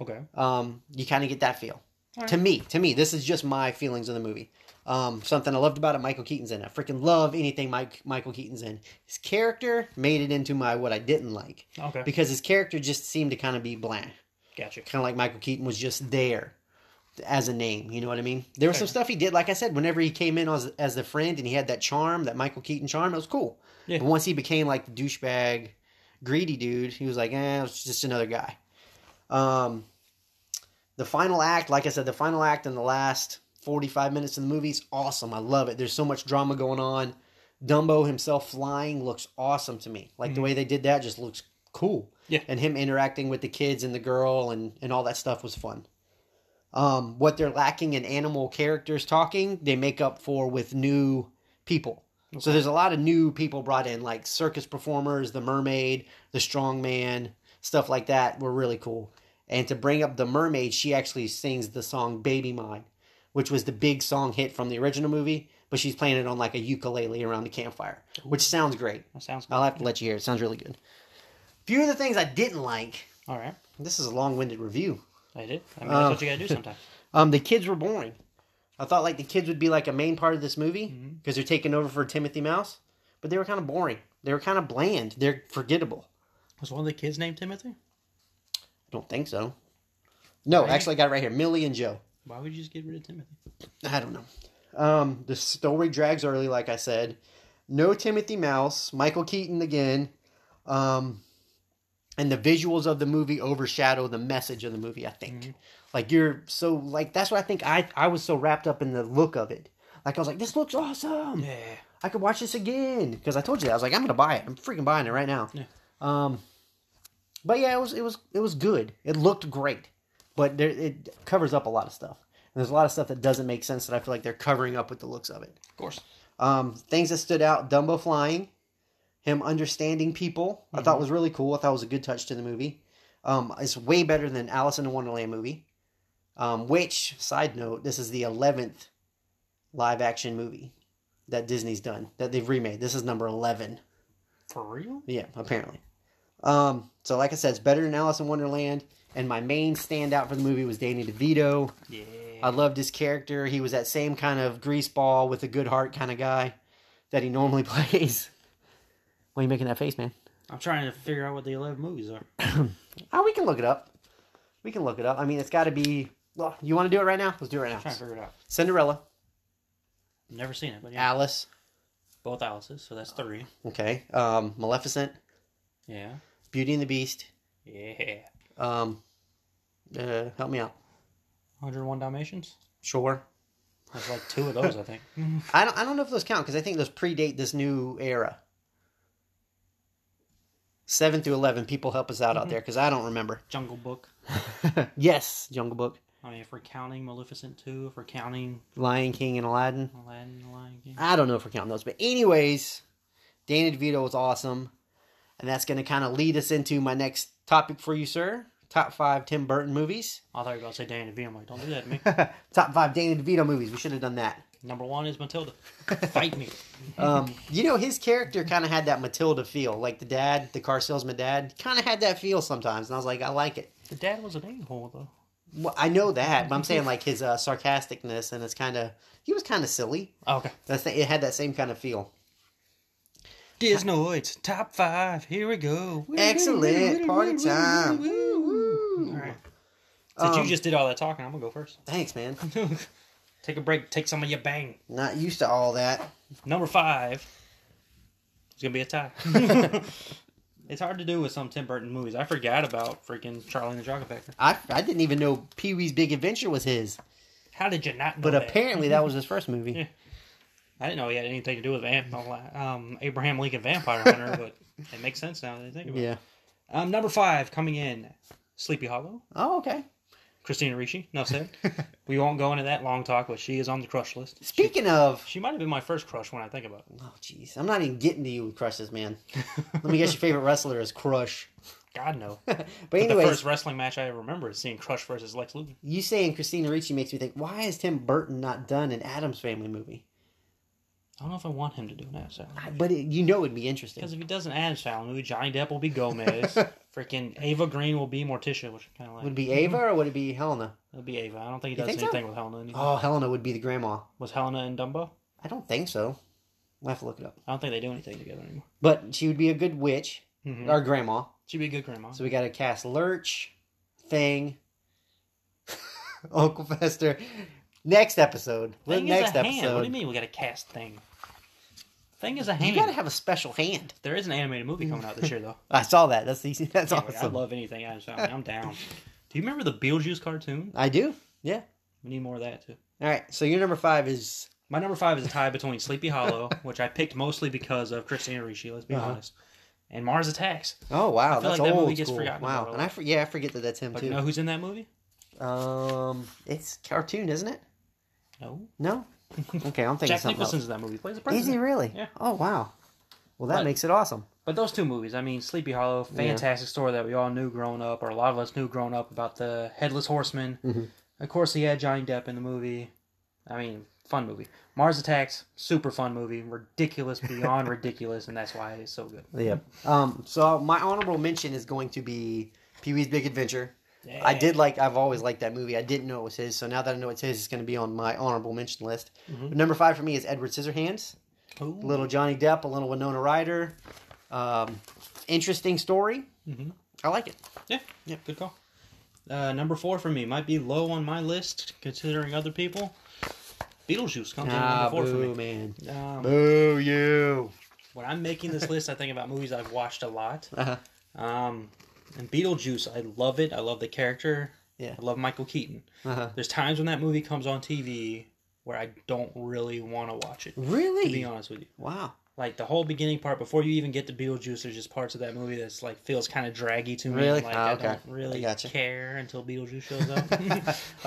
S2: Okay.
S1: um, you kind of get that feel.
S2: All right.
S1: To me, to me, this is just my feelings of the movie. Um, something I loved about it, Michael Keaton's in. it. I freaking love anything Mike Michael Keaton's in. His character made it into my what I didn't like
S2: Okay.
S1: because his character just seemed to kind of be bland,
S2: gotcha.
S1: kind of like Michael Keaton was just there as a name. You know what I mean? There was some
S2: Fair.
S1: stuff he did, like I said, whenever he came in as as the friend and he had that charm, that Michael Keaton charm, it was cool.
S2: Yeah.
S1: But once he became like the douchebag, greedy dude, he was like, eh, it's just another guy. Um, the final act, like I said, the final act and the last 45 minutes of the movie is awesome. I love it. There's so much drama going on. Dumbo himself flying looks awesome to me. Like the way they did that just looks cool.
S2: Yeah.
S1: And him interacting with the kids and the girl and, and all that stuff was fun. Um, what they're lacking in animal characters talking, they make up for with new people. So there's a lot of new people brought in, like circus performers, the mermaid, the strong man, stuff like that were really cool. And to bring up the mermaid, she actually sings the song Baby Mine, which was the big song hit from the original movie, but she's playing it on like a ukulele around the campfire, which sounds great.
S2: That sounds good.
S1: I'll have to let you hear it. it sounds really good. Few of the things I didn't like.
S2: All right.
S1: This is a long-winded review.
S2: I did.
S1: Uh,
S2: I mean, that's what you gotta do sometimes.
S1: Um, the kids were boring. I thought like the kids would be like a main part of this movie because they're taking over for Timothy Mouse, but they were kind of boring. They were kind of bland. They're forgettable.
S2: Was one of the kids named Timothy?
S1: I don't think so. No,
S2: Right.
S1: actually, I got it right here. Millie and Joe.
S2: Why would you just get rid of Timothy?
S1: I don't know. Um, the story drags early, like I said. No Timothy Mouse, Michael Keaton again, um, and the visuals of the movie overshadow the message of the movie. I think, like you're so like that's what I think. I I was so wrapped up in the look of it. Like I was like, this looks awesome.
S2: Yeah.
S1: I could watch this again because I told you that. I was like, I'm gonna buy it. I'm freaking buying it right now.
S2: Yeah.
S1: Um, but yeah, it was it was it was good. It looked great, but there, it covers up a lot of stuff. And there's a lot of stuff that doesn't make sense that I feel like they're covering up with the looks of it.
S2: Of course.
S1: Um, things that stood out: Dumbo flying, him understanding people. I thought was really cool. I thought was a good touch to the movie. Um, it's way better than Alice in Wonderland movie. Um, which side note, this is the eleventh live action movie that Disney's done that they've remade. This is number eleven.
S2: For real?
S1: Yeah, apparently. Um, so like I said, it's better than Alice in Wonderland. And my main standout for the movie was Danny DeVito.
S2: Yeah.
S1: I loved his character. He was that same kind of greaseball with a good heart kind of guy that he normally plays. Why are you making that face, man?
S2: I'm trying to figure out what the 11 movies are.
S1: Oh, we can look it up. We can look it up. I mean, it's got to be. Well, you want to do it right now? Let's do it right
S2: trying
S1: now.
S2: to figure it out.
S1: Cinderella,
S2: Never seen it, but yeah.
S1: Alice,
S2: Both Alice's, so that's three.
S1: okay, um, Maleficent,
S2: Yeah.
S1: Beauty and the Beast.
S2: Yeah.
S1: Um, uh, help me out.
S2: 101 Dalmatians?
S1: Sure.
S2: There's like two of those, I think.
S1: I don't. I don't know if those count because I think those predate this new era. Seven through eleven. People help us out
S2: Mm-hmm.
S1: out there because I don't remember.
S2: Jungle Book.
S1: yes, Jungle Book.
S2: I mean, if we're counting Maleficent 2, if we're counting
S1: Lion King and Aladdin.
S2: Aladdin, The Lion King.
S1: I don't know if we're counting those, but anyways, Danny DeVito was awesome, and that's going to kind of lead us into my next topic for you, sir. Top five Tim Burton movies.
S2: I thought you were about to say Danny DeVito. I'm like, don't do that to me.
S1: Top five Danny DeVito movies. We should have done that.
S2: Number one is Matilda. Fight me.
S1: Um, you know, his character kind of had that Matilda feel, like the dad, the car salesman dad, kind of had that feel sometimes, and I was like, I like it.
S2: The dad was an a-hole, though.
S1: Well, I know that, but I'm saying like his uh, sarcasticness and it's kind of he was kind of silly.
S2: Oh, okay.
S1: That's the, it had that same kind of feel.
S2: Disnoids, top five. Here we go. Woo, woo, woo,
S1: Excellent
S2: woo,
S1: party
S2: woo, woo,
S1: time.
S2: woo, woo, woo. All right. Since
S1: Um,
S2: you just did all that talking, I'm gonna go first.
S1: Thanks, man.
S2: Take a break. Take some of your bang.
S1: Not used to all that.
S2: Number five. It's gonna be a tie. it's hard to do with some Tim Burton movies. I forgot about freaking Charlie and the Chocolate Factory.
S1: I, I didn't even know Pee Wee's Big Adventure was his.
S2: How did you not? Know
S1: But
S2: that?
S1: apparently that was his first movie.
S2: Yeah. I didn't know he had anything to do with vamp- um, Abraham Lincoln Vampire Hunter, but it makes sense now that I think about it.
S1: yeah.
S2: Um, number five coming in, Sleepy Hollow,
S1: Oh, okay.
S2: Christina Ricci. No said. we won't go into that long talk, but she is on the crush list.
S1: Speaking of,
S2: She might have been my first crush when I think about it.
S1: oh jeez, I'm not even getting to you with crushes, man. Let me guess, your favorite wrestler is Crush.
S2: God no.
S1: but
S2: But the
S1: anyways,
S2: first wrestling match I remember is seeing Crush versus Lex Luger.
S1: you saying Christina Ricci makes me think, why has Tim Burton not done an Adams Family movie?
S2: I don't know if I want him to do that. So.
S1: I- But it, you know it'd be interesting.
S2: Because if he does an Adams Family movie, Johnny Depp will be Gomez. Freaking Ava Green will be Morticia, which I kind of like.
S1: Would it be Ava or would it be Helena?
S2: It'll be Ava. I don't think he
S1: You
S2: does
S1: think so?
S2: anything with Helena. anymore.
S1: Oh, Helena would be the grandma.
S2: Was Helena in Dumbo?
S1: I don't think so. We'll have to look it up.
S2: I don't think they do anything together anymore.
S1: But she would be a good witch,
S2: Mhm.
S1: or grandma.
S2: She'd be a good grandma.
S1: So we got to cast Lurch, Thing, Uncle Fester. Next episode. The
S2: Thing
S1: next
S2: is a hand. What
S1: episode.
S2: do you mean we got to cast Thing? Thing is a
S1: You
S2: hand.
S1: gotta have a special hand.
S2: There is an animated movie coming out this year, though.
S1: I saw that. That's easy. That's
S2: Anyway, I
S1: awesome. I,
S2: love anything Adams Family. I'm down. Do you remember the Beetlejuice cartoon?
S1: do. Yeah.
S2: We need more of that too.
S1: All right. So your number five is
S2: My number five is a tie between Sleepy Hollow, which I picked mostly because of Christina Ricci. Let's be
S1: Uh-huh.
S2: honest, and Mars Attacks.
S1: oh wow,
S2: I feel
S1: that's
S2: like that movie
S1: old
S2: gets
S1: school.
S2: forgotten about
S1: wow.
S2: a
S1: And I for, yeah I forget that that's him
S2: But
S1: too.
S2: you know who's in that movie?
S1: Um, it's cartoon, isn't it?
S2: No.
S1: No. Okay, I'm thinking
S2: Jack
S1: something else.
S2: Nicholson's in that movie. He Plays the
S1: Is he
S2: president.
S1: really?
S2: Yeah.
S1: Oh wow. Well, that
S2: But-
S1: makes it awesome.
S2: But those two movies, I mean, Sleepy Hollow, fantastic story that we all knew growing up, or a lot of us knew growing up about the headless horseman.
S1: Mhm.
S2: Of course, he had Johnny Depp in the movie. I mean, fun movie. Mars Attacks, super fun movie, ridiculous beyond ridiculous, and that's why it's so good.
S1: Yep. Um. So my honorable mention is going to be Pee Wee's Big Adventure. I did like. I've always liked that movie. I didn't know it was his, so now that I know it's his, it's going to be on my honorable mention list.
S2: Mhm.
S1: But number five for me is Edward Scissorhands.
S2: Ooh.
S1: A little Johnny Depp, a little Winona Ryder. Um, interesting story.
S2: Mhm.
S1: I like it.
S2: Yeah, yeah, good call. Uh, number four for me might be low on my list considering other people. Beetlejuice comes in at number four
S1: Ah, boo,
S2: for
S1: man.
S2: me. Um,
S1: Boo you.
S2: when I'm making this list, I think about movies I've watched a lot.
S1: Uh-huh.
S2: Um, and Beetlejuice, I love it. I love the character.
S1: Yeah.
S2: I love Michael Keaton.
S1: Uh-huh.
S2: There's times when that movie comes on TV where I don't really want to watch it. To be
S1: Really?
S2: honest with you,
S1: Wow.
S2: like the whole beginning part before you even get to Beetlejuice, there's just parts of that movie that's like feels kind of draggy to me.
S1: Really?
S2: Like,
S1: Ah,
S2: I
S1: okay.
S2: don't really
S1: I gotcha.
S2: care until Beetlejuice shows up.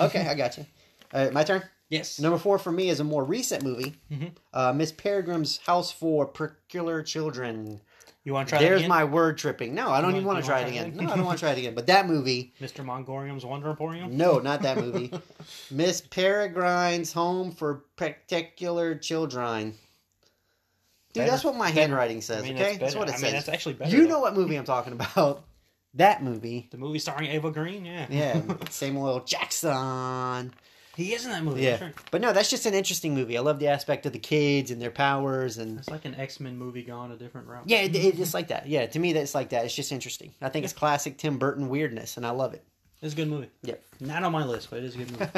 S1: okay, I got you. All right, my turn.
S2: yes.
S1: Number four for me is a more recent movie,
S2: Mhm.
S1: uh, Miss Peregrine's House for Peculiar Children.
S2: You want to try
S1: There's
S2: that again?
S1: my word tripping. No, I don't
S2: You
S1: even
S2: want-
S1: want to
S2: you
S1: try
S2: wanna
S1: it
S2: try it
S1: again.
S2: again?
S1: No, I don't want to try it again. But that movie,
S2: Mr. Mongorium's Wonder Emporium.
S1: no, not that movie. Miss Peregrine's Home for Particular Children. Dude,
S2: Better.
S1: that's what my handwriting says.
S2: I mean,
S1: okay, that's,
S2: that's, better.
S1: what it
S2: I mean,
S1: says.
S2: that's actually better.
S1: you
S2: though.
S1: know what movie I'm talking about? That movie.
S2: the movie starring Ava Green. Yeah.
S1: Yeah, Samuel L. Jackson.
S2: he is in that movie.
S1: Yeah,
S2: Sure.
S1: but no, that's just an interesting movie. I love the aspect of the kids and their powers, and
S2: It's like an X Men movie gone a different route.
S1: yeah, it, it, it's like that. Yeah, to me, that's like that. It's just interesting. I think it's classic Tim Burton weirdness, and I love it.
S2: It's a good movie.
S1: Yep.
S2: Not on my list, but it is a good movie.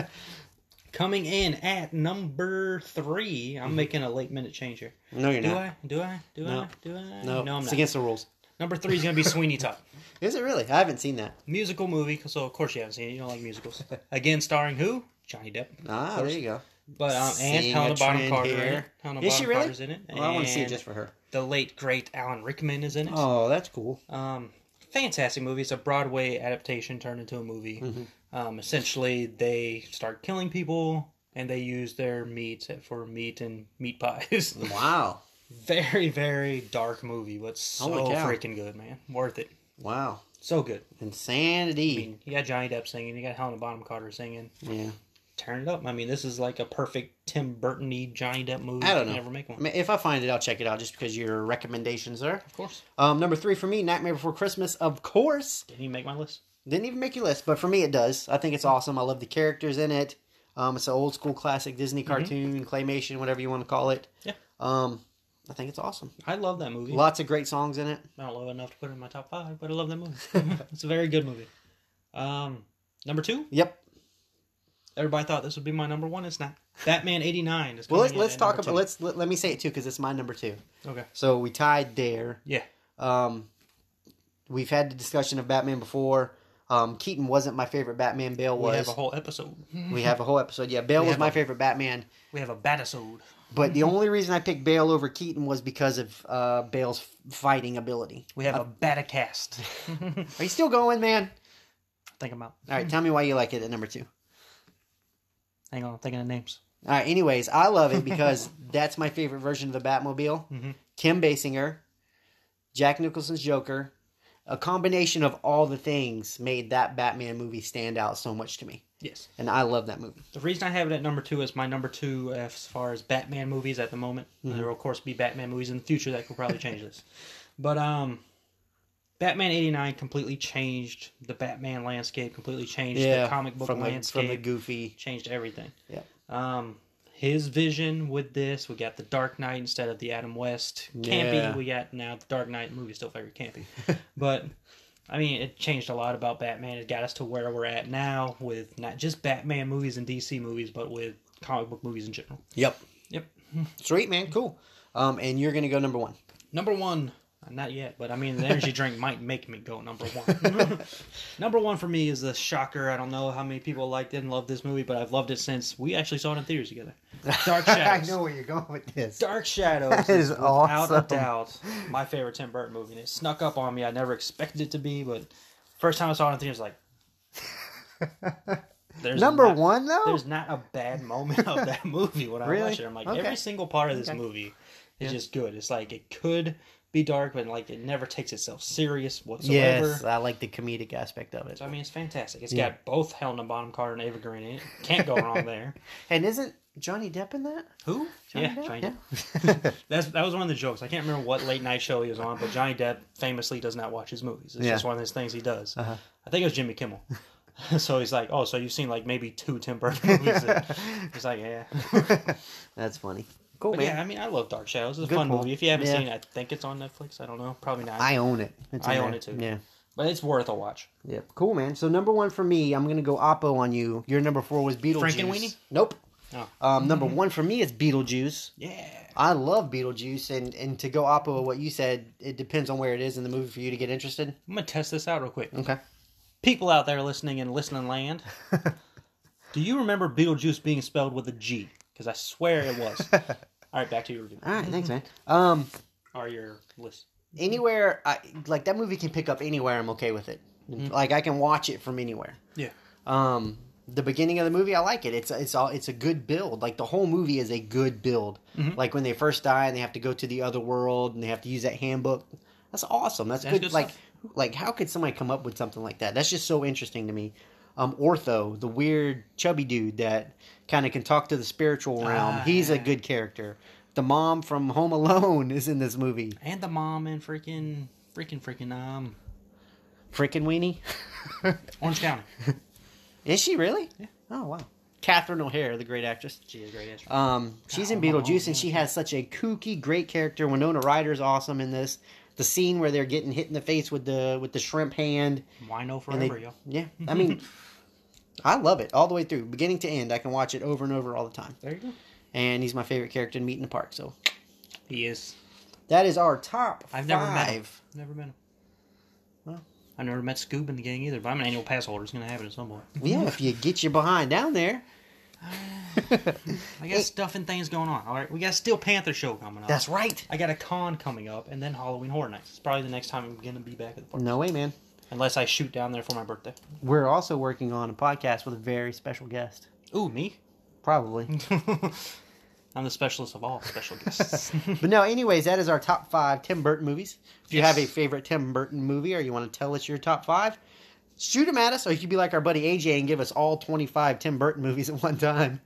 S2: Coming in at number three, I'm making a late minute change here.
S1: No, you're
S2: Do
S1: not.
S2: I? Do I? Do I?
S1: Mm-hmm. No.
S2: Do I?
S1: No,
S2: no I'm
S1: it's
S2: not.
S1: against the rules.
S2: Number three is going to be Sweeney Todd.
S1: Is it really? I haven't seen that.
S2: Musical movie, so of course you haven't seen it. You don't like musicals. Again, starring who? Johnny Depp.
S1: Ah, there you go.
S2: But um, and
S1: Seeing
S2: Helena
S1: a
S2: Bonham
S1: trend
S2: Carter. in
S1: here.
S2: it. Helena
S1: Is she
S2: Bonham
S1: really?
S2: Carter's in it.
S1: Well, I want to see it
S2: and
S1: just for her.
S2: the late great Alan Rickman is in it.
S1: Oh, that's cool.
S2: Um, fantastic movie. It's a Broadway adaptation turned into a movie.
S1: Mm-hmm.
S2: Um, essentially, they start killing people and they use their meat for meat and meat pies.
S1: Mm-hmm. Wow,
S2: very, very dark movie, but so
S1: Holy cow.
S2: freaking good, man. Worth it.
S1: wow,
S2: So good. I
S1: insanity.
S2: mean, you got Johnny Depp singing, you got Helena Bonham Carter singing.
S1: Yeah,
S2: Turn it up. I mean, this is like a perfect Tim Burton y Johnny Depp movie.
S1: I
S2: You
S1: don't
S2: can
S1: know.
S2: Never make one.
S1: I mean, if I find it, I'll check it out. Just because your recommendations are.
S2: of course.
S1: Um, number three for me, Nightmare Before Christmas, of course.
S2: Didn't he make my list?
S1: Didn't even make your list, but for me it does. I think
S2: Mm-hmm.
S1: it's awesome. I love the characters in it. Um, it's an old school classic Disney cartoon, claymation, whatever you want to call it.
S2: Mm-hmm. Yeah.
S1: Um, I think it's awesome.
S2: I love that movie.
S1: Lots of great songs in it.
S2: I don't love it enough to put it in my top five, but I love that movie. it's a very good movie. Um, number two,
S1: Yep.
S2: everybody thought this would be my number one. It's not. Batman '89 is.
S1: Well,
S2: coming
S1: let,
S2: in
S1: let's
S2: at
S1: talk
S2: number
S1: about. Let's let, let me say it too because it's my number two.
S2: two. Okay.
S1: So we tied there.
S2: Yeah.
S1: Um, we've had the discussion of Batman before. Um, Keaton wasn't my favorite Batman. Bale was.
S2: We have a whole episode.
S1: We have a whole episode. Yeah, Bale
S2: We
S1: was
S2: have
S1: my
S2: a- Mm-hmm.
S1: favorite Batman,
S2: We have a batisode.
S1: but the only reason I picked Bale over Keaton was because of uh, Bale's f- fighting ability.
S2: We have a batacast.
S1: Are you still going, man?
S2: Think about.
S1: All right, tell me why you like it at number two.
S2: Hang on, I'm thinking of names.
S1: All right, anyways, I love it because that's my favorite version of the Batmobile.
S2: Mhm.
S1: Kim Basinger, Jack Nicholson's Joker, a combination of all the things made that Batman movie stand out so much to me.
S2: Yes.
S1: And I love that movie.
S2: The reason I have it at number two is my number two as far as Batman movies at the moment.
S1: Mm-hmm.
S2: There will of course be Batman movies in the future that could probably change this. But um Batman eighty nine completely changed the Batman landscape, completely changed the comic book
S1: from
S2: landscape,
S1: the, from the goofy.
S2: changed everything.
S1: Yeah.
S2: Um his vision with this, we got the Dark Knight instead of the Adam West. Campy,
S1: Yeah.
S2: we got now the Dark Knight movie still very campy. but I mean, it changed a lot about Batman. It got us to where we're at now with not just Batman movies and DC movies, but with comic book movies in general.
S1: Yep.
S2: Yep.
S1: Sweet man, cool. Um, and you're gonna go number one.
S2: Number one, Uh, not yet, but I mean, the energy drink might make me go number one. number one for me is the shocker. I don't know how many people liked it and loved this movie, but I've loved it since we actually saw it in theaters together. Dark Shadows.
S1: I know where you're going with this.
S2: Dark Shadows
S1: That is
S2: without
S1: awesome.
S2: a doubt my favorite Tim Burton movie. And it snuck up on me. I never expected it to be, but first time I saw it in theaters, like there's
S1: number
S2: not-
S1: one though.
S2: There's not a bad moment of that movie when I
S1: Really?
S2: watch it. I'm like
S1: Okay.
S2: every single part of this
S1: Okay.
S2: movie is just good. It's like it could be dark, but like it never takes itself serious whatsoever.
S1: yes, I like the comedic aspect of it.
S2: So I mean, it's fantastic. It's
S1: Yeah.
S2: got both Helena Bonham Carter and Ava Green in it. Can't go wrong there.
S1: And isn't Johnny Depp in that?
S2: Who?
S1: Johnny
S2: yeah,
S1: Depp?
S2: Johnny Depp.
S1: Yeah.
S2: That's that was one of the jokes. I can't remember what late night show he was on, but Johnny Depp famously does not watch his movies. It's
S1: Yeah.
S2: just one of those things he does.
S1: Uh-huh.
S2: I think it was Jimmy Kimmel. so he's like, "Oh, so you've seen like maybe two Tim Burton movies?" And he's like, "Yeah."
S1: That's funny. Cool,
S2: But
S1: man.
S2: yeah, I mean, I love Dark Shadows. It's a
S1: Good
S2: fun
S1: pull.
S2: movie. If you haven't
S1: Yeah.
S2: seen it, I think it's on Netflix. I don't know. Probably not.
S1: I own it. It's in
S2: I own
S1: there.
S2: it too.
S1: Yeah.
S2: but it's worth a watch.
S1: Yep. Cool, man. So number one for me, I'm gonna go Oppo on you. Your number four was Beetlejuice.
S2: Frankenweenie?
S1: Nope.
S2: Oh.
S1: Um, number one for me is Beetlejuice.
S2: Yeah.
S1: I love Beetlejuice, and and to go Oppo, what you said, it depends on where it is in the movie for you to get interested.
S2: I'm gonna test this out real quick.
S1: Okay.
S2: People out there listening in listening land, do you remember Beetlejuice being spelled with a G? Because I swear it was. All right, back to your review
S1: All right. Thanks, man.
S2: Mm-hmm.
S1: Um,
S2: or your list.
S1: anywhere, I like that movie can pick up anywhere. I'm okay with it. Like I can watch it from anywhere.
S2: Mm-hmm. Yeah.
S1: Um, the beginning of the movie, I like it. It's it's all it's a good build. Like the whole movie is a good build.
S2: Mm-hmm.
S1: Like when they first die and they have to go to the other world and they have to use that handbook. That's awesome. That's,
S2: That's
S1: good.
S2: good
S1: like
S2: stuff.
S1: like how could somebody come up with something like that? That's just so interesting to me. Um, Ortho, the weird chubby dude that kind of can talk to the spiritual realm.
S2: Ah,
S1: He's a
S2: yeah.
S1: good character. The mom from Home Alone is in this movie.
S2: And the mom and freaking, freaking, freaking, um,
S1: Frickin' weenie.
S2: Orange County.
S1: Is she really?
S2: Yeah.
S1: Oh wow. Catherine O'Hara, the great actress.
S2: She is a great actress.
S1: Um, she's in
S2: Oh, my
S1: Beetlejuice,
S2: God.
S1: and she has such a kooky, great character. Winona Ryder's awesome in this. The scene where they're getting hit in the face with the with the shrimp hand,
S2: Wino
S1: and they,
S2: forever, yo.
S1: yeah, I mean, I love it all the way through, beginning to end. I can watch it over and over all the time.
S2: There you go.
S1: And he's my favorite character in Meet in the Park. So
S2: He is.
S1: that is our top
S2: I've
S1: five.
S2: never met him. Never met him.
S1: Well.
S2: I never met Scoob in the gang either, but I'm an annual pass holder. It's gonna happen at some point.
S1: Yeah, if you get your behind down there,
S2: I got stuff and things going on. All right, we got Steel Panther show coming up.
S1: that's right.
S2: I got a con coming up, and then Halloween Horror Nights. It's probably the next time I'm gonna be back at the park,
S1: No way, man.
S2: unless I shoot down there for my birthday.
S1: We're also working on a podcast with a very special guest.
S2: Ooh, me.
S1: Probably.
S2: I'm the specialist of all special guests.
S1: But no, anyways, that is our top five Tim Burton movies. If you
S2: Yes.
S1: have a favorite Tim Burton movie or you want to tell us your top five, shoot them at us, or you could be like our buddy AJ and give us all 25 Tim Burton movies at one time.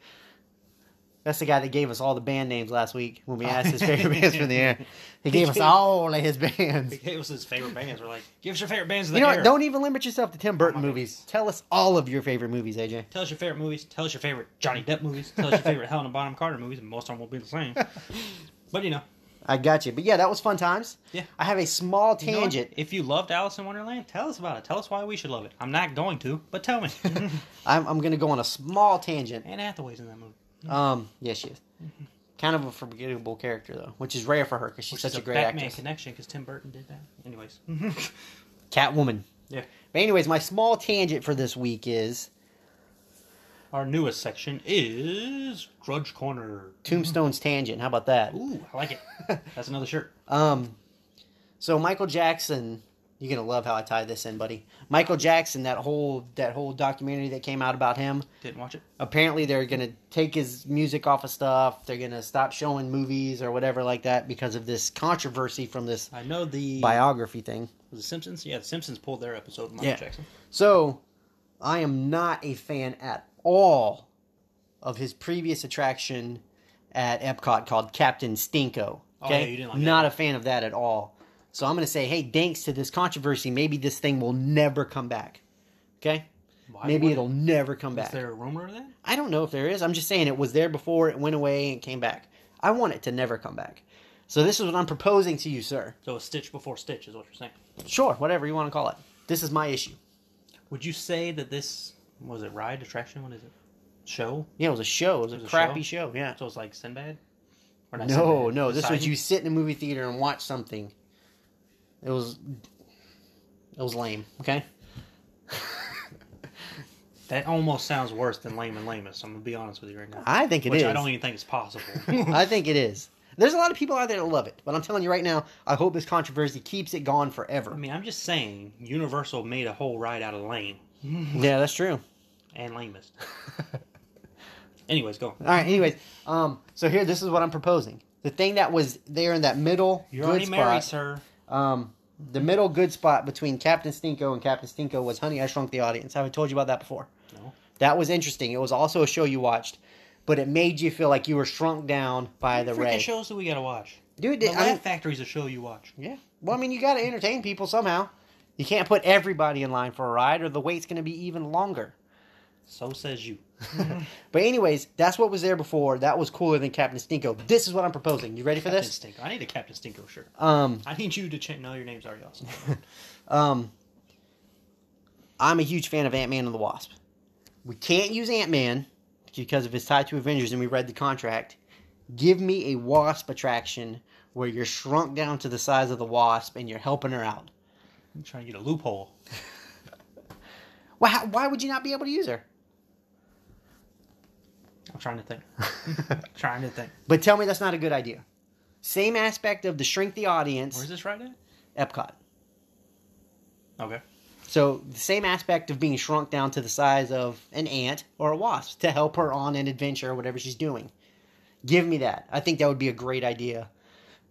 S1: That's the guy that gave us all the band names last week when we asked his favorite bands from the air. He gave us all of his bands.
S2: He gave us his favorite bands. We're like, give us your favorite bands of the
S1: You know what?
S2: era.
S1: Don't even limit yourself to Tim Burton
S2: my
S1: movies. Tell us all of your favorite movies, AJ.
S2: Tell us your favorite movies. Tell us your favorite Johnny Depp movies. Tell us your favorite Helena Bonham Carter movies, and most of them will be the same. But you know,
S1: I got you. But yeah, that was fun times.
S2: Yeah.
S1: I have a small
S2: you know what?
S1: tangent.
S2: if you loved Alice in Wonderland, tell us about it. Tell us why we should love it. I'm not going to, but tell me.
S1: I'm, I'm going to go on a small tangent.
S2: Anne Hathaway's in that movie.
S1: Um, yes, she is. Kind of a forgettable character though, which is rare for her because she's
S2: Which
S1: such
S2: is
S1: a great
S2: Batman
S1: actress.
S2: connection because Tim Burton did that. Anyways,
S1: Catwoman.
S2: yeah,
S1: But anyways, my small tangent for this week is
S2: Our newest section is Grudge Corner.
S1: Tombstone's tangent. How about that?
S2: Ooh, I like it. That's another shirt.
S1: Um, so Michael Jackson, you're gonna love how I tie this in, buddy. Michael Jackson, that whole that whole documentary that came out about him.
S2: Didn't watch it.
S1: Apparently, they're gonna take his music off of stuff. They're gonna stop showing movies or whatever like that because of this controversy from this
S2: I know the
S1: biography thing.
S2: was it Simpsons. Yeah, the Simpsons pulled their episode. of Michael
S1: Yeah.
S2: Jackson.
S1: So, I am not a fan at all of his previous attraction at Epcot called Captain Stinko.
S2: Oh,
S1: Okay,
S2: yeah, you didn't like that.
S1: not a fan of that at all. So I'm going to say, hey, thanks to this controversy, maybe this thing will never come back. Okay,
S2: Why
S1: maybe
S2: would-
S1: it'll never come
S2: Is
S1: back.
S2: there a rumor of that?
S1: I don't know if there is. I'm just saying it was there before, it went away, and came back. I want it to never come back. So this is what I'm proposing to you, sir.
S2: So a stitch before stitch is what you're saying.
S1: Sure, whatever you want to call it. This is my issue.
S2: Would you say that this was it ride attraction? What is it? Show.
S1: Yeah, it was a show. It was,
S2: was
S1: a
S2: a
S1: crappy show. Yeah.
S2: So it's like Sinbad. Or not
S1: No,
S2: Sinbad,
S1: no. This was
S2: Poseidon?
S1: you sit in a movie theater and watch something. It was it was lame, okay?
S2: That almost sounds worse than lame and lamest. I'm gonna be honest with you right now.
S1: I think it is.
S2: Which I don't even think is possible.
S1: I think it is. There's a lot of people out there that love it, but I'm telling you right now, I hope this controversy keeps it gone
S2: I
S1: forever.
S2: mean, I'm just saying, Universal made a whole ride out of lame
S1: Yeah, that's true.
S2: and lamest. Anyways, go.
S1: All right, anyways, um so here this is what I'm proposing. The thing that was there in that middle
S2: You're
S1: good
S2: already married,
S1: spot,
S2: sir.
S1: um the middle good spot between Captain Stinko and Captain Stinko was Honey I Shrunk the Audience. Have I told you about that before?
S2: No.
S1: That was interesting. It was also a show you watched, but it made you feel like you were shrunk down by the
S2: freaking
S1: Ray.
S2: shows that we gotta watch.
S1: Dude,
S2: The
S1: I mean,
S2: Laugh Factory's a show you watch.
S1: yeah. Well, I mean, you got to entertain people somehow. You can't put everybody in line for a ride, or the wait's going to be even longer.
S2: So says you.
S1: But anyways, that's what was there before. That was cooler than Captain Stinko. This is what I'm proposing. You ready for
S2: Captain
S1: this?
S2: Stinko. I need a Captain Stinko shirt.
S1: Um,
S2: I need you to change. No, your name's already awesome.
S1: um, I'm a huge fan of Ant Man and the Wasp. We can't use Ant Man because of his tie to Avengers, and we read the contract. Give me a wasp attraction where you're shrunk down to the size of the wasp and you're helping her out.
S2: I'm trying to get a loophole.
S1: Why, how, why would you not be able to use her?
S2: I'm trying to think. trying to think.
S1: But tell me that's not a good idea. Same aspect of the shrink the
S2: Where's
S1: audience,
S2: this right at?
S1: Epcot.
S2: Okay.
S1: So the same aspect of being shrunk down to the size of an ant or a wasp to help her on an adventure or whatever she's doing. Give me that. I think that would be a great idea.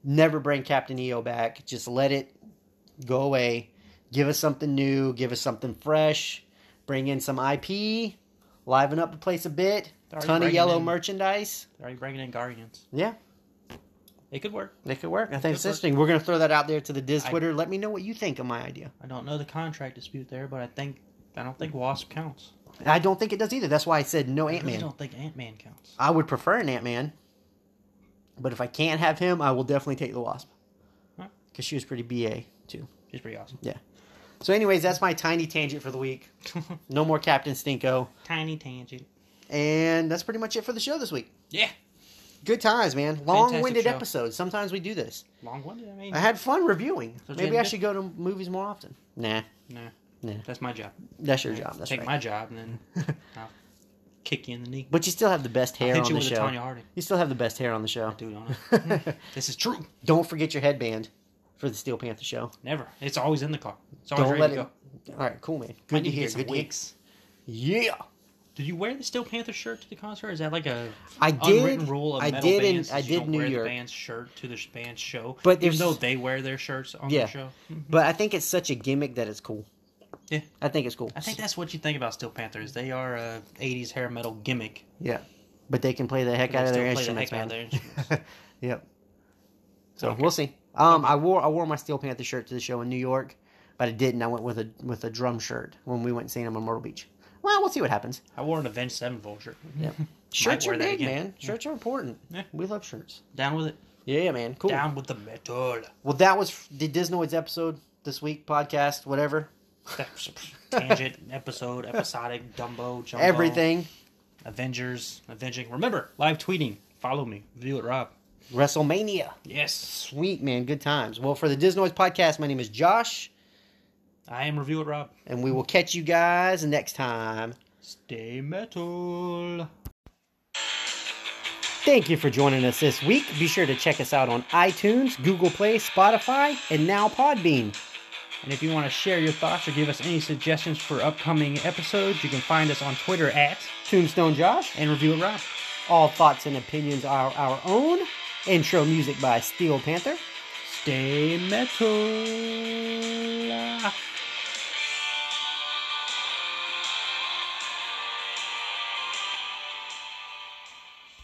S1: Never bring Captain EO back. Just let it go away. Give us something new. Give us something fresh. Bring in some IP. Liven up the place a bit.
S2: They're already
S1: Ton of
S2: bringing
S1: yellow
S2: in-
S1: merchandise.
S2: Are you bringing in Guardians?
S1: Yeah,
S2: It could work.
S1: they could work. I think it's
S2: Good work.
S1: interesting. We're gonna throw that out there to the Diz
S2: I-
S1: Twitter. Let me know what you think of my idea.
S2: I don't know the contract dispute there, but I think I don't think Wasp counts.
S1: I don't think it does either. That's why I said no Ant
S2: I really
S1: Man.
S2: don't think Ant Man counts.
S1: I would prefer an Ant Man, but if I can't have him, I will definitely take the Wasp
S2: Huh.
S1: because she was pretty ba too.
S2: She's pretty awesome.
S1: Yeah. So, anyways, that's my tiny tangent for the week. No more Captain Stinko,
S2: Tiny tangent.
S1: and that's pretty much it for the show this week.
S2: Yeah.
S1: Good times, man. Long-winded
S2: show.
S1: episodes. Sometimes we do this.
S2: Long winded. I mean,
S1: I had fun reviewing.
S2: So,
S1: Maybe
S2: Jim,
S1: I
S2: did-
S1: should go to movies more often. Nah,
S2: nah,
S1: Nah.
S2: That's my job.
S1: that's your job. That's
S2: Take
S1: right.
S2: my job and then I'll kick you in the knee.
S1: But you still have the best hair on
S2: Hit you
S1: the
S2: with a
S1: show.
S2: Tanya Harding.
S1: You still have the best hair on the show.
S2: Dude, on it. this is true.
S1: Don't forget your headband for the Steel Panther show.
S2: Never. It's always in the car. It's always
S1: Don't
S2: ready
S1: let
S2: to
S1: it.
S2: go.
S1: All right, cool, man. Good
S2: Might
S1: to
S2: need to get
S1: hear.
S2: some
S1: Good to hear.
S2: wigs.
S1: Yeah,
S2: Did you wear the Steel Panther shirt to the concert? Is that like a
S1: I did.
S2: unwritten rule of
S1: I
S2: metal
S1: did. In,
S2: bands?
S1: I
S2: is you
S1: did
S2: don't
S1: New
S2: wear
S1: York,
S2: the band's shirt to the sh- band's show,
S1: But
S2: even
S1: there's-
S2: though they wear their shirts on
S1: Yeah.
S2: the show.
S1: but I think it's such a gimmick that it's cool.
S2: Yeah.
S1: I think it's cool.
S2: I think that's what you think about Steel Panthers. They are a '80s hair metal gimmick.
S1: yeah, but they can play the heck
S2: They
S1: out of
S2: still
S1: their
S2: play the
S1: instruments,
S2: heck out
S1: man.
S2: of their instruments.
S1: Yep. So
S2: Okay.
S1: we'll see. Um, I wore I wore my Steel Panther shirt to the show in New York, but I didn't. I went with a with a drum shirt when we went and seen them on Myrtle Beach. Well, we'll see what happens.
S2: I wore an Avenged Sevenfold shirt.
S1: Yep. Shirts
S2: wear
S1: are
S2: that
S1: big,
S2: again.
S1: man. Shirts are important.
S2: Yeah.
S1: We love shirts.
S2: Down with it.
S1: Yeah, man. Cool.
S2: Down with the metal.
S1: Well, that was the Disnoids episode this week, podcast, whatever,
S2: That's- Tangent episode, episodic, Dumbo,
S1: Uh-huh.
S2: Jumbo,
S1: everything.
S2: Avengers, Avenging. Remember, live tweeting. Follow me. View it, Rob.
S1: WrestleMania.
S2: Yes.
S1: Sweet, man. Good times. Well, for the Disnoids podcast, my name is Josh.
S2: I am Review with Rob.
S1: And we will catch you guys next time.
S2: Stay metal.
S1: Thank you for joining us this week. Be sure to check us out on iTunes, Google Play, Spotify, and now Podbean.
S2: And if you want to share your thoughts or give us any suggestions for upcoming episodes, you can find us on Twitter at
S1: Tombstone Josh.
S2: and Review with Rob.
S1: All thoughts and opinions are our own. Intro music by Steel Panther.
S2: Stay metal.